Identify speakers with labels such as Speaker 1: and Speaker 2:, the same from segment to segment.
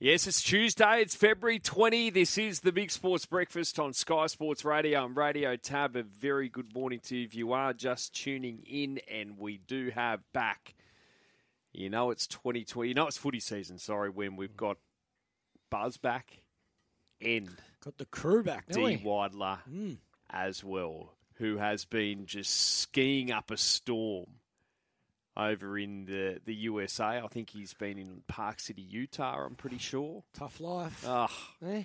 Speaker 1: Yes, it's Tuesday. It's February 20. This is the Big Sports Breakfast on Sky Sports Radio and Radio Tab. A very good morning to you if you are just tuning in, and we do have back. You know it's 2020. You know it's footy season, sorry, when
Speaker 2: Mm.
Speaker 1: we've got Buzz back and
Speaker 2: Got the crew back, do
Speaker 1: Dee
Speaker 2: we?
Speaker 1: Widler
Speaker 2: Mm.
Speaker 1: as well, who has been just skiing up a storm over in the, the USA. I think he's been in Park City, Utah, I'm pretty sure.
Speaker 2: Tough life.
Speaker 3: Uh,
Speaker 1: Ah,
Speaker 2: eh?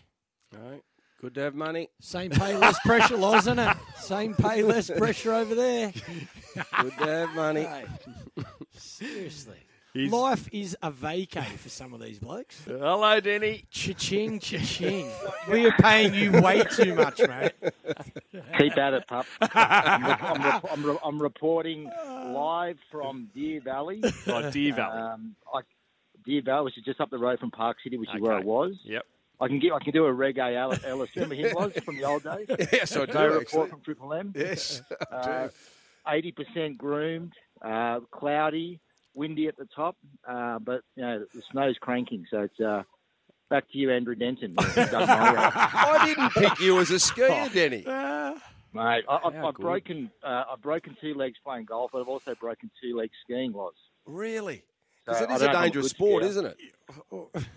Speaker 4: No. Good to have money.
Speaker 2: Same pay, less pressure, laws, isn't it? Same pay, less pressure over there.
Speaker 4: Good to have money.
Speaker 2: Hey, seriously.
Speaker 1: he's-
Speaker 2: Life is a vacay for some of these blokes.
Speaker 1: Hello, Denny.
Speaker 2: Cha-ching, cha-ching. we are paying you way too much, mate.
Speaker 3: Keep at it, pup. I'm, re- I'm, re- I'm, re- I'm reporting live from Deer Valley.
Speaker 1: Oh, Deer Valley.
Speaker 3: Um, I, Deer Valley, which is just up the road from Park City, which is where I
Speaker 1: Okay.
Speaker 3: was.
Speaker 1: Yep.
Speaker 3: I can give, I can do a reggae Ellis. Ellis. Remember him was from the old days.
Speaker 4: Yes, I do.
Speaker 3: No report
Speaker 4: actually.
Speaker 3: from Triple M. Uh,
Speaker 4: Yes, I do.
Speaker 3: Eighty percent groomed, uh, cloudy, windy at the top, uh, but you know the snow's cranking, so it's. Uh, Back to you, Andrew Denton. Mate,
Speaker 4: I didn't pick you as a skier, Denny.
Speaker 3: I, I've,
Speaker 1: How
Speaker 3: I've
Speaker 1: good.
Speaker 3: broken uh, I've broken two legs playing golf, but I've also broken two legs skiing. Was
Speaker 4: Really?
Speaker 3: So
Speaker 4: Because
Speaker 3: I
Speaker 4: it is
Speaker 3: don't
Speaker 4: a
Speaker 3: know if I'm a
Speaker 4: dangerous
Speaker 3: good
Speaker 4: sport,
Speaker 3: skier.
Speaker 4: isn't it?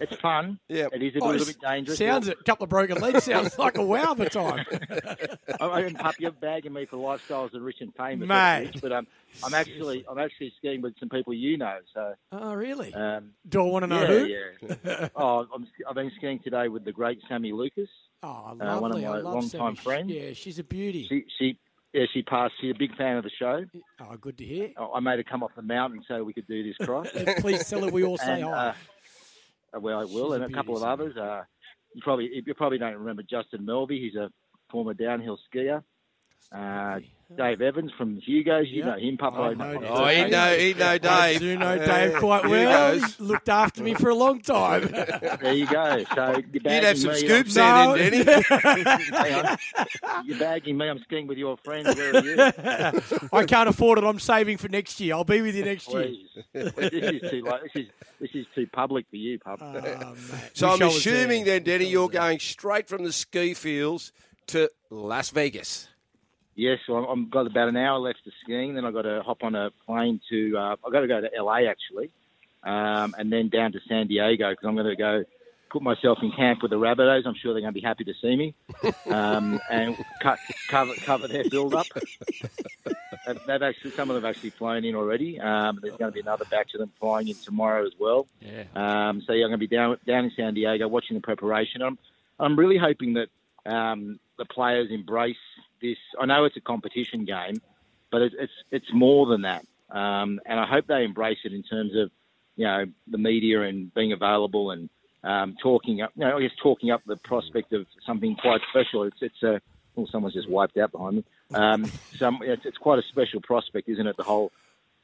Speaker 3: It's fun.
Speaker 4: Yeah.
Speaker 3: It is a
Speaker 2: Oh,
Speaker 3: little
Speaker 2: s-
Speaker 3: bit dangerous.
Speaker 2: Sounds a couple of broken legs sounds like a wow of a time.
Speaker 3: I I mean, pup, you're bagging me for lifestyles and rich and famous,
Speaker 2: Mate.
Speaker 3: but um, I'm actually I'm actually skiing with some people you know. So
Speaker 2: Oh, really?
Speaker 3: um,
Speaker 2: Do I want to know
Speaker 3: yeah,
Speaker 2: who?
Speaker 3: yeah. oh, I'm, I've been skiing today with the great Sammy Lucas.
Speaker 2: Oh, lovely.
Speaker 3: Uh, one of
Speaker 2: I
Speaker 3: my
Speaker 2: love
Speaker 3: long-time
Speaker 2: Sammy.
Speaker 3: friends.
Speaker 2: Yeah, she's a beauty.
Speaker 3: She she yeah she passed. She's a big fan of the show.
Speaker 2: Oh, good to hear.
Speaker 3: I I made her come off the mountain so we could do this cross.
Speaker 2: Hey, Please tell her we all say
Speaker 3: and,
Speaker 2: hi.
Speaker 3: uh, uh, well, I will,
Speaker 2: She's
Speaker 3: and
Speaker 2: a
Speaker 3: a couple of
Speaker 2: beauty,
Speaker 3: others. Uh, you probably you probably don't remember Justin Melby. He's a former downhill skier. Uh, Dave Evans from Hugo's. You
Speaker 2: Yeah.
Speaker 3: know him, Papa.
Speaker 2: I know
Speaker 4: Oh,
Speaker 2: Dave.
Speaker 4: he know, he know
Speaker 2: I
Speaker 4: Dave.
Speaker 2: do know
Speaker 4: Yeah,
Speaker 2: Dave quite
Speaker 4: he
Speaker 2: well.
Speaker 4: knows.
Speaker 2: He's looked after me for a long time.
Speaker 3: There you go. So you're
Speaker 4: You'd
Speaker 3: bagging
Speaker 4: have some
Speaker 3: me,
Speaker 4: scoops
Speaker 2: No.
Speaker 4: there, then, Denny.
Speaker 2: eh?
Speaker 3: I'm- hang on. You're bagging me. I'm skiing with your friends. Where are you?
Speaker 2: I can't afford it. I'm saving for next year. I'll be with you next year.
Speaker 3: Please. this is too like this is this is too public for you, pup.
Speaker 2: Oh, mate.
Speaker 4: So
Speaker 2: Wish
Speaker 4: I'm
Speaker 2: I was
Speaker 4: assuming
Speaker 2: there.
Speaker 4: then, Denny, you're going straight from the ski fields to Las Vegas.
Speaker 3: yes, well, I'm- I've got about an hour left of skiing. Then I've got to hop on a plane to. Uh, I've got to go to LA actually, um, and then down to San Diego because I'm going to go. Put myself in camp with the Rabbitohs. I'm sure they're going to be happy to see me, um, and cut, cover cover their build up. They've, they've actually some of them have actually flown in already. Um, there's going to be another batch of them flying in tomorrow as well.
Speaker 1: Yeah.
Speaker 3: Um, so yeah, I'm going to be down down in San Diego watching the preparation. I'm I'm really hoping that um, the players embrace this. I know it's a competition game, but it, it's it's more than that. Um, and I hope they embrace it in terms of you know the media and being available and um, talking up. You know, I guess talking up the prospect of something quite special. It's it's a well, someone's just wiped out behind me. Um, some it's, it's quite a special prospect, isn't it? The whole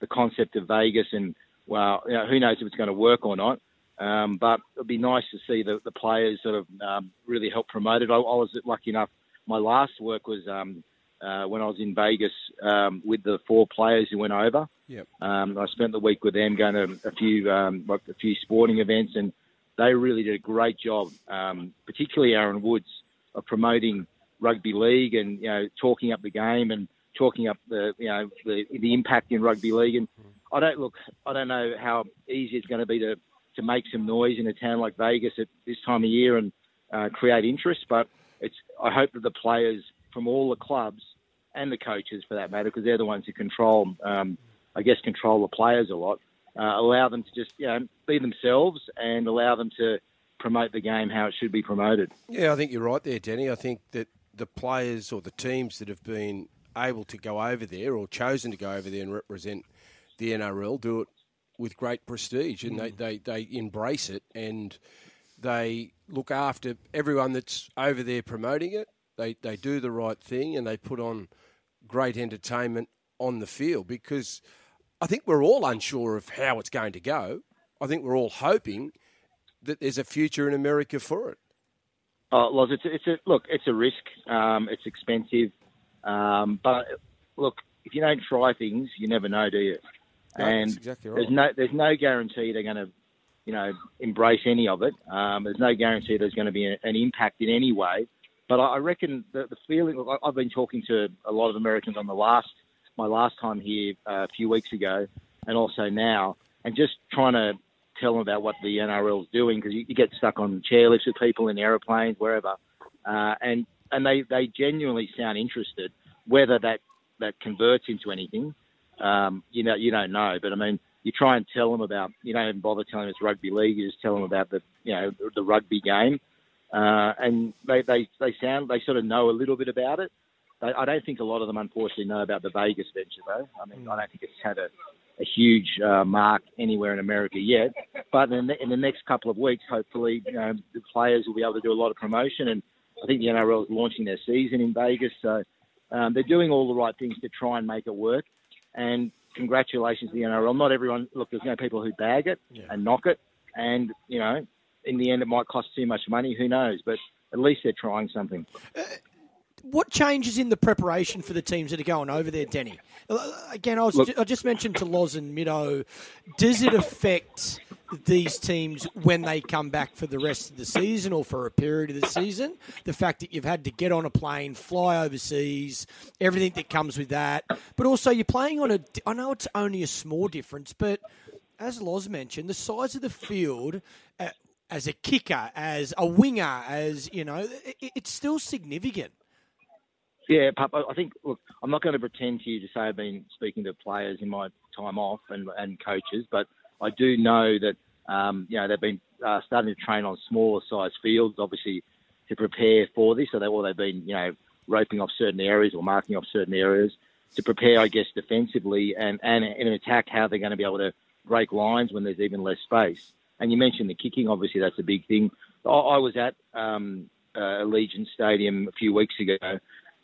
Speaker 3: the concept of Vegas and well, you know, who knows if it's going to work or not. Um, but it'd be nice to see the, the players sort of um, really help promote it. I, I was lucky enough. My last work was um, uh, when I was in Vegas um, with the four players who went over.
Speaker 4: Yep.
Speaker 3: Um, I spent the week with them, going to a few um, like a few sporting events, and they really did a great job, um, particularly Aaron Woods, of promoting rugby league and you know talking up the game and talking up the you know the, the impact in rugby league. And I don't look, I don't know how easy it's going to be to to make some noise in a town like Vegas at this time of year and uh, create interest. But it's I hope that the players from all the clubs and the coaches, for that matter, because they're the ones who control, um, I guess, control the players a lot. Uh, allow them to just you know, be themselves and allow them to promote the game how it should be promoted.
Speaker 4: Yeah, I think you're right there, Denny. I think that the players or the teams that have been able to go over there or chosen to go over there and represent the NRL do it with great prestige and they, they, they embrace it and they look after everyone that's over there promoting it. They, they do the right thing and they put on great entertainment on the field because I think we're all unsure of how it's going to go. I think we're all hoping that there's a future in America for it.
Speaker 3: Oh, Loz, it's a, it's a look. It's a risk. Um, it's expensive, um, but look, if you don't try things, you never know, do you?
Speaker 4: No, that's exactly right.
Speaker 3: there's no there's no guarantee they're going to you know, embrace any of it. Um, there's no guarantee there's going to be a- an impact in any way. But I I reckon the, the feeling I- I've been talking to a lot of Americans on the last my last time here uh, a few weeks ago, and also now, and just trying to tell them about what the NRL is doing because you, you get stuck on chairlifts with people in aeroplanes wherever, uh, and and they they genuinely sound interested. Whether that that converts into anything, um, you know, you don't know. But I mean, you try and tell them about. You don't even bother telling them it's rugby league. You just tell them about the you know the rugby game, uh, and they, they they sound they sort of know a little bit about it. They, I don't think a lot of them, unfortunately, know about the Vegas venture though. I mean, I don't think it's had a a huge uh, mark anywhere in America yet, but in the, in the next couple of weeks, hopefully, you know, the players will be able to do a lot of promotion, and I think the NRL is launching their season in Vegas, so um, they're doing all the right things to try and make it work. And congratulations to the NRL. Not everyone look. There's no people who bag it and knock it, and you know, in the end, it might cost too much money. Who knows? But at least they're trying something.
Speaker 2: What changes in the preparation for the teams that are going over there, Denny? Uh, Again, I, was
Speaker 3: Look-
Speaker 2: ju- I just mentioned to Loz and Mido, does it affect these teams when they come back for the rest of the season or for a period of the season? The fact that you've had to get on a plane, fly overseas, everything that comes with that, but also you're playing on a. di- I know it's only a small difference, but as Loz mentioned, the size of the field. Uh, as a kicker, as a winger, as you know, i i- it's still significant.
Speaker 3: Yeah, Pap, I I think, look, I'm not going to pretend to you to say I've been speaking to players in my time off and, and coaches, but I do know that, um, you know, they've been uh, starting to train on smaller size fields, obviously, to prepare for this. So they, well, they've been, you know, roping off certain areas or marking off certain areas to prepare, I guess, defensively and, and in an attack, how they're going to be able to break lines when there's even less space. And you mentioned the kicking, obviously, that's a big thing. I, I was at um, uh, Allegiant Stadium a few weeks ago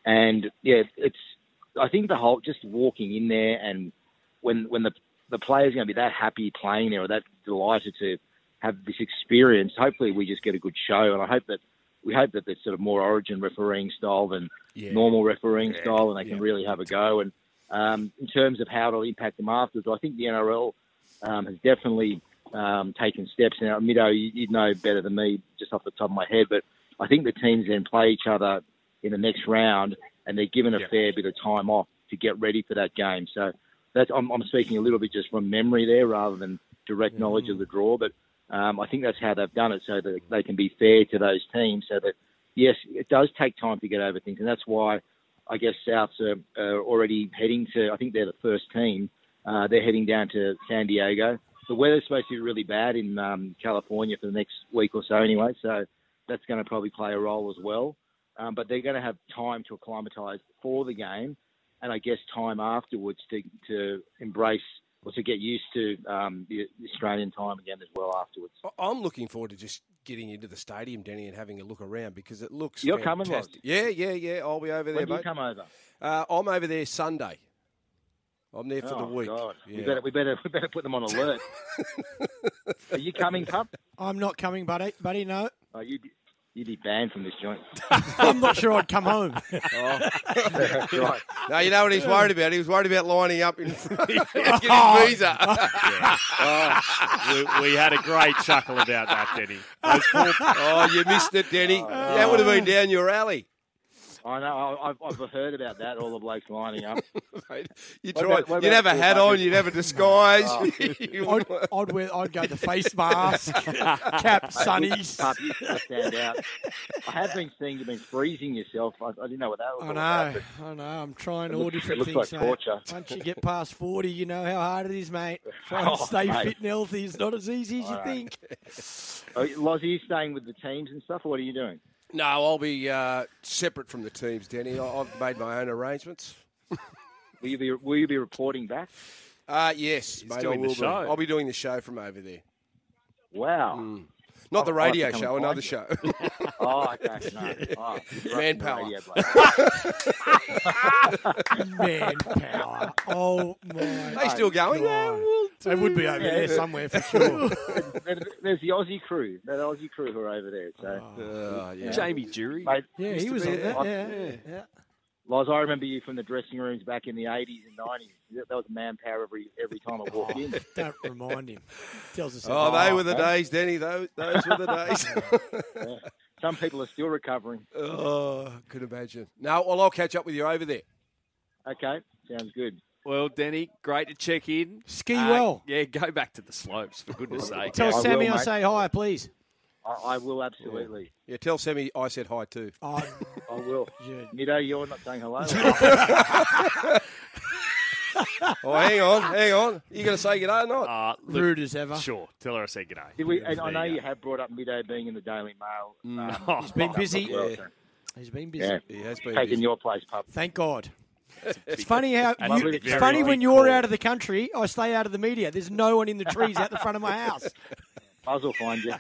Speaker 3: and yeah, it's. I think the whole just walking in there and when when the the players going to be that happy playing there or that delighted to have this experience. Hopefully, we just get a good show, and I hope that we hope that there's sort of more Origin refereeing style than normal refereeing style, and they can really have a go. And um, in terms of how it'll impact them afterwards, I think the NRL um, has definitely um, taken steps. Now, Mido, you- you'd know better than me just off the top of my head, but I think the teams then play each other in the next round, and they're given a fair bit of time off to get ready for that game. So that's I'm, I'm speaking a little bit just from memory there, rather than direct knowledge of the draw. But um, I think that's how they've done it, so that they can be fair to those teams. So that yes, it does take time to get over things, and that's why I guess Souths are, are already heading to. I think they're the first team. Uh, they're heading down to San Diego. The weather's supposed to be really bad in um, California for the next week or so, anyway. So that's going to probably play a role as well. Um, but they're going to have time to acclimatise for the game, and I guess time afterwards to to embrace or to get used to um, the the Australian time again as well afterwards.
Speaker 4: I- I'm looking forward to just getting into the stadium, Denny, and having a look around because it looks.
Speaker 3: You're coming,
Speaker 4: fantastic.
Speaker 3: Rod?
Speaker 4: Yeah, yeah, yeah. I'll be over there,
Speaker 3: When do you
Speaker 4: mate.
Speaker 3: come over?
Speaker 4: Uh, I'm over there Sunday. I'm there for
Speaker 3: oh,
Speaker 4: the week.
Speaker 3: God.
Speaker 4: Yeah.
Speaker 3: We better we better we better put them on alert. Are you coming, Pup?
Speaker 2: I'm not coming, buddy. Buddy, no.
Speaker 3: Oh, you'd, you'd be banned from this joint.
Speaker 2: I'm not sure I'd come home.
Speaker 4: Oh.
Speaker 3: That's right.
Speaker 4: No, you know what he's worried about? He was worried about lining up in getting visa.
Speaker 1: Ah.
Speaker 5: we,
Speaker 1: Oh,
Speaker 5: we had a great chuckle about that, Denny.
Speaker 4: oh, you missed it, Denny. That would have been down your alley.
Speaker 3: I know. I- I've, I've heard about that. All the blokes lining up.
Speaker 4: mate. You
Speaker 3: What
Speaker 4: tried.
Speaker 3: about- what
Speaker 4: you'd have
Speaker 3: about Oh.
Speaker 4: a
Speaker 3: Paul
Speaker 4: hat on.
Speaker 3: Buckley?
Speaker 4: You'd have a disguise.
Speaker 2: I'd, I'd wear. I'd go the face mask, cap, sunnies.
Speaker 3: Pup, you stand out. I have been seeing you've been freezing yourself. I, I didn't know what that was.
Speaker 2: I
Speaker 3: all
Speaker 2: know.
Speaker 3: about, but-
Speaker 2: I know. I'm trying
Speaker 3: It
Speaker 2: all
Speaker 3: looks- it
Speaker 2: different
Speaker 3: looks
Speaker 2: things.
Speaker 3: like
Speaker 2: mate.
Speaker 3: torture.
Speaker 2: Once you get past forty, you know how hard it is, mate. Trying
Speaker 3: Oh,
Speaker 2: to stay
Speaker 3: mate.
Speaker 2: fit and healthy is not as easy as you think.
Speaker 3: Are you- Loz, are you oh, staying with the teams and stuff, or what are you doing?
Speaker 4: no, I'll be uh, separate from the teams, Denny. I- I've made my own arrangements.
Speaker 3: Will you be Will you be reporting back?
Speaker 4: Uh, yes, mate, I
Speaker 5: doing the
Speaker 4: will be.
Speaker 5: show.
Speaker 4: I'll be doing the show from over there.
Speaker 3: Wow.
Speaker 4: Not the
Speaker 3: I'll- I'll have to
Speaker 4: radio
Speaker 3: come
Speaker 4: show,
Speaker 3: and
Speaker 4: another
Speaker 3: find
Speaker 4: show.
Speaker 3: Oh, okay. No. Oh, you're right,
Speaker 4: Mm. Manpower.
Speaker 3: radio bloke.
Speaker 2: Manpower. Oh
Speaker 4: they
Speaker 2: my.
Speaker 4: still going? Yeah,
Speaker 2: God.
Speaker 4: well,
Speaker 2: They would be over there somewhere for sure. Oh.
Speaker 3: There- There's the Aussie crew. That Aussie crew who are over there. So,
Speaker 4: uh, yeah.
Speaker 1: Jamie Jury.
Speaker 3: mate,
Speaker 2: Yeah, he was on
Speaker 3: there.
Speaker 2: that. Yeah, yeah.
Speaker 3: Loz, I remember you from the dressing rooms back in the 80s and 90s. That that was manpower every every time I walked in.
Speaker 2: Don't remind him. Tells us.
Speaker 4: Oh, they were the
Speaker 3: okay.
Speaker 4: days, Denny. Those, those were the days.
Speaker 3: Some people are still recovering.
Speaker 4: oh, could imagine. No, well, I'll catch up with you over there.
Speaker 3: Okay, sounds good.
Speaker 1: Well, Denny, great to check in. Uh,
Speaker 2: Ski well.
Speaker 1: Yeah, go back to the slopes, for goodness sake.
Speaker 2: Tell
Speaker 3: I will,
Speaker 2: Sammy I
Speaker 3: mate.
Speaker 2: say hi, please.
Speaker 3: I, I will absolutely.
Speaker 4: Yeah, tell Sammy I said hi too.
Speaker 2: Oh,
Speaker 3: I will.
Speaker 2: Yeah.
Speaker 3: Nido, you're not saying hello.
Speaker 4: Oh, hang on, hang on. You going to say good or not?
Speaker 1: Uh, look,
Speaker 2: rude as ever.
Speaker 1: Sure. Tell her I said g'day.
Speaker 3: Did we, and I
Speaker 1: There
Speaker 3: know
Speaker 1: you
Speaker 3: you
Speaker 1: go.
Speaker 3: have brought up Mido being in the Daily Mail. um,
Speaker 1: Oh,
Speaker 2: He's Mm. been busy.
Speaker 3: well,
Speaker 4: Yeah.
Speaker 3: so
Speaker 2: He's been busy.
Speaker 3: Yeah.
Speaker 4: He has been.
Speaker 3: Taking
Speaker 4: busy.
Speaker 3: your place, pup.
Speaker 2: Thank God. It's funny how
Speaker 1: That's
Speaker 2: you,
Speaker 3: a
Speaker 2: it's
Speaker 3: very
Speaker 2: funny
Speaker 1: big
Speaker 2: when you're
Speaker 1: call.
Speaker 2: out of the country, I stay out of the media. There's no one in the trees out the front of my house.
Speaker 3: Buzz will find you.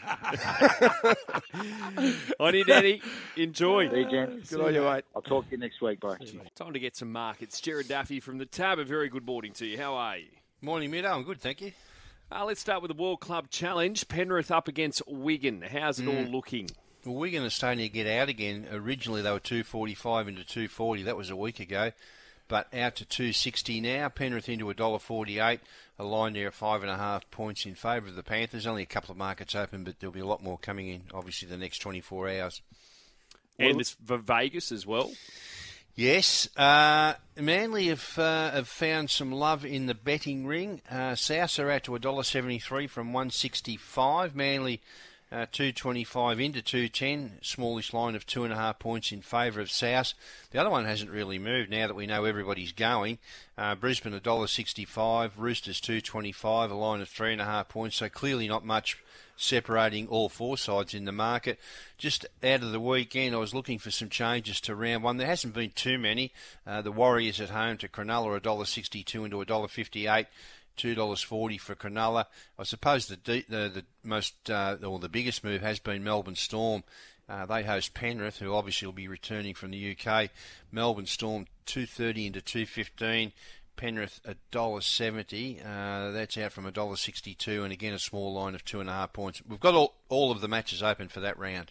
Speaker 1: Alrighty, Denny. Enjoy.
Speaker 3: See you, gents.
Speaker 4: Good on you, mate.
Speaker 3: I'll talk to you next week. Bye.
Speaker 1: Time to get some markets. Jared Daffy from the Tab. A very good morning to you. How are you?
Speaker 6: Morning, Mido. I'm good, thank you.
Speaker 1: Uh, let's start with the World Club Challenge. Penrith up against Wigan. How's it all looking?
Speaker 6: Well, Wigan are starting to get out again. Originally, they were 245 into 240. That was a week ago. But out to 260 now. Penrith into $1.48. A line there at five and a half points in favour of the Panthers. Only a couple of markets open, but there'll be a lot more coming in, obviously, the next 24 hours.
Speaker 1: and it's for Vegas as well.
Speaker 6: Yes, uh, Manly have, uh, have found some love in the betting ring. Uh, South are out to $1.73 from 165. Manly uh, 225 into 210. Smallish line of two and a half points in favour of South. The other one hasn't really moved now that we know everybody's going. Uh, Brisbane $1.65, Roosters 225, a line of three and a half points. So clearly not much separating all four sides in the market. Just out of the weekend, I was looking for some changes to round one. There hasn't been too many. Uh, the Warriors at home to Cronulla, $1.62 into $1.58. Two dollars forty for Cronulla. I suppose the de- the, the most uh, or the biggest move has been Melbourne Storm. Uh, they host Penrith, who obviously will be returning from the UK. Melbourne Storm two thirty into two fifteen. Penrith a dollar seventy. Uh, that's out from a dollar sixty two, and again a small line of two and a half points. We've got all, all of the matches open for that round.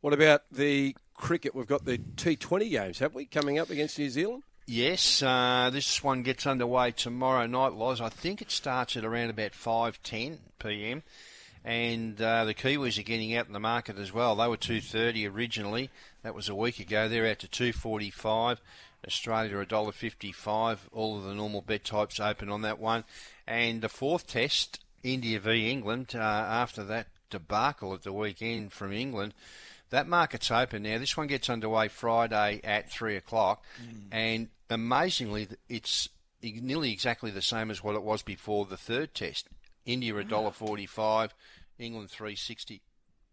Speaker 4: What about the cricket? We've got the T20 games, have we, coming up against New Zealand?
Speaker 6: Yes, uh, this one gets underway tomorrow night, Loz. I think it starts at around about 5.10 p.m. And uh, the Kiwis are getting out in the market as well. They were 2.30 originally. That was a week ago. They're out to 2.45. Australia $1.55. All of the normal bet types open on that one. And the fourth test, India v England, uh, after that debacle at the weekend from England. That market's open now. This one gets underway Friday at three o'clock,
Speaker 2: Mm.
Speaker 6: and amazingly, th- it's e- nearly exactly the same as what it was before the third test. India a dollar forty-five, England three sixty.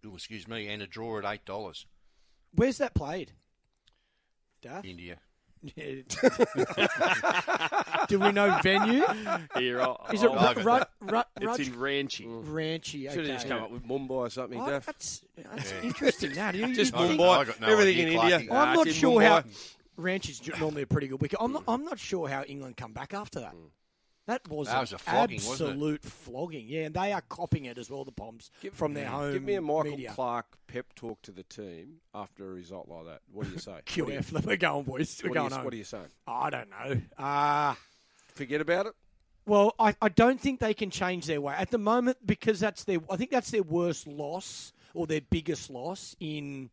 Speaker 6: Oh, excuse me, and a draw at eight dollars.
Speaker 2: Where's that played? Duff?
Speaker 6: India.
Speaker 2: Do we know venue?
Speaker 1: Here, I'll,
Speaker 2: Is it
Speaker 1: I'll-
Speaker 2: Ru- Ru- Ru-
Speaker 1: Oh, it's
Speaker 2: Ruj-
Speaker 1: in Ranchi.
Speaker 2: Mm. Ranchi?
Speaker 4: Should have just come
Speaker 2: Okay.
Speaker 4: up with Mumbai or something,
Speaker 2: Oh,
Speaker 4: Daff.
Speaker 2: that's that's interesting. Now, do you,
Speaker 4: Just
Speaker 2: you think-
Speaker 4: Mumbai.
Speaker 6: I got no
Speaker 4: Everything
Speaker 6: idea,
Speaker 4: in
Speaker 6: Clarky.
Speaker 4: India.
Speaker 6: Nah,
Speaker 2: I'm
Speaker 4: Ah,
Speaker 2: not
Speaker 4: it's in
Speaker 2: sure how
Speaker 4: Mumbai.
Speaker 2: Ranch is normally a pretty good wicket. I'm not, I'm not sure how England come back after that.
Speaker 4: Mm.
Speaker 2: That was,
Speaker 6: That
Speaker 2: an
Speaker 6: was a flogging, wasn't it?
Speaker 2: absolute flogging. Yeah, and they are copying it as well. The Poms from their home.
Speaker 4: Give me a Michael
Speaker 2: media.
Speaker 4: Clark pep talk to the team after a result like that. What do you say? What
Speaker 2: QF, we're going, boys.
Speaker 4: do
Speaker 2: We're
Speaker 4: you-
Speaker 2: going
Speaker 4: what, do you,
Speaker 2: home.
Speaker 4: what do you say?
Speaker 2: I don't know. Uh,
Speaker 4: Forget about it.
Speaker 2: well, I, I don't think they can change their way at the moment because that's their. I think that's their worst loss or their biggest loss in,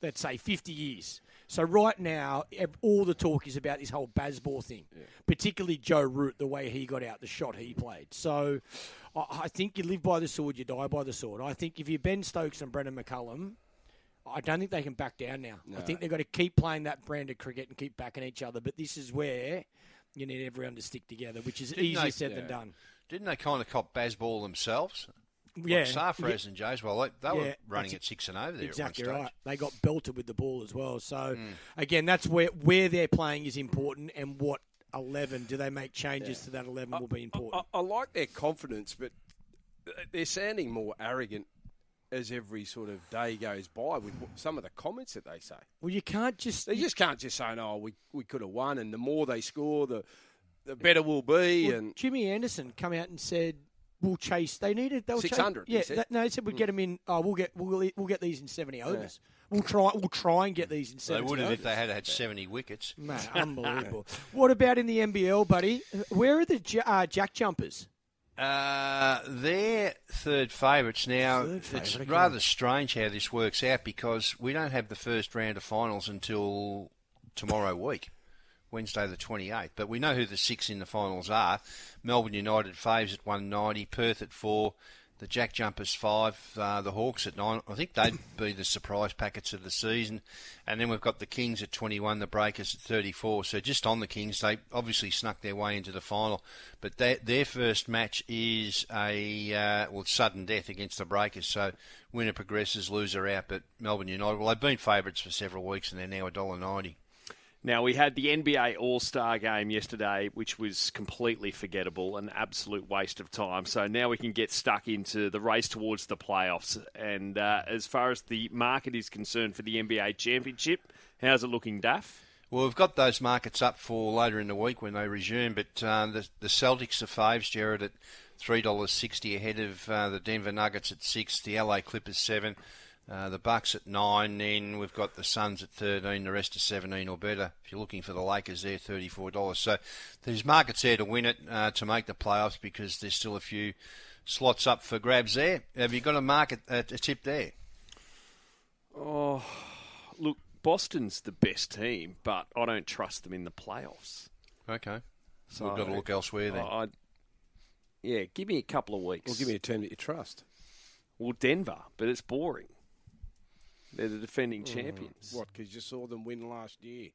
Speaker 2: let's say, fifty years. So right now, ev- all the talk is about this whole Basball thing, particularly Joe Root, the way he got out, the shot he played. So, I, I think you live by the sword, you die by the sword. I think if you Ben Stokes and Brendan McCullum, I don't think they can back down now. I think they've got to keep playing that brand of cricket and keep backing each other. But this is where you need everyone to stick together, which is easier
Speaker 6: they-
Speaker 2: said than
Speaker 4: yeah.
Speaker 2: done.
Speaker 6: Didn't they kind of cop Bazball themselves?
Speaker 2: Yeah,
Speaker 6: Like Sarfraz and Jays. Well, they, they
Speaker 2: Yeah,
Speaker 6: were running
Speaker 2: that's
Speaker 6: at six and over there.
Speaker 2: exactly
Speaker 6: at one stage.
Speaker 2: right. They got belted with the ball as well. So again, that's where where they're playing is important, and what eleven do they make changes to that eleven will be
Speaker 4: I,
Speaker 2: important.
Speaker 4: I like their confidence, but they're sounding more arrogant as every sort of day goes by with what- some of the comments that they say.
Speaker 2: well, you can't just
Speaker 4: They just can't just say, "No, we we could have won," and the more they score, the the better we'll be.
Speaker 2: Well,
Speaker 4: and
Speaker 2: Jimmy Anderson come out and said, will chase. They needed they were chas-
Speaker 4: 600, he
Speaker 2: Yeah,
Speaker 4: said.
Speaker 2: that- no, they said we'll get them in. Oh, we'll get we'll, we'll get these in seventy overs. We'll try we'll try and get these in
Speaker 6: They
Speaker 2: seventy.
Speaker 6: would have
Speaker 2: overs.
Speaker 6: if they had had 70 wickets.
Speaker 2: Mate, unbelievable. what about in the NBL, buddy? Where are the ja- uh, jack jumpers?
Speaker 6: Uh, they're third favourites. Now,
Speaker 2: Third
Speaker 6: it's
Speaker 2: favourite,
Speaker 6: rather strange how this works out because we don't have the first round of finals until tomorrow week, Wednesday the 28th. But we know who the six in the finals are. Melbourne United faves at 190, Perth at 4, the Jack Jumpers 5, uh, the Hawks at 9. I think they'd be the surprise packets of the season. And then we've got the Kings at 21, the Breakers at 34. So just on the Kings, they obviously snuck their way into the final. But they, their first match is a, uh, well, sudden death against the Breakers. So winner progresses, loser out. But Melbourne United, well, they've been favourites for several weeks and they're now $1.90.
Speaker 1: Now, we had the NBA All Star game yesterday, which was completely forgettable, an absolute waste of time. So now we can get stuck into the race towards the playoffs. And uh, as far as the market is concerned for the NBA Championship, how's it looking, Daff?
Speaker 6: Well, we've got those markets up for later in the week when they resume, but uh, the, the Celtics are faves, Jared, at $3.60 ahead of uh, the Denver Nuggets at 6 the LA Clippers 7 uh, the Bucks at 9 then we've got the Suns at 13 the rest are 17 or better. If you're looking for the Lakers, they're $34. So there's markets there to win it, uh, to make the playoffs, because there's still a few slots up for grabs there. Have you got a market, a, a tip there?
Speaker 1: Look, Boston's the best team, but I don't trust them in the playoffs.
Speaker 6: Okay. So we've got to look elsewhere then.
Speaker 1: I, yeah, give me a couple of weeks.
Speaker 4: Well, give me a team that you trust.
Speaker 1: well, Denver, but it's boring. They're the defending champions.
Speaker 4: What? Because you saw them win last year.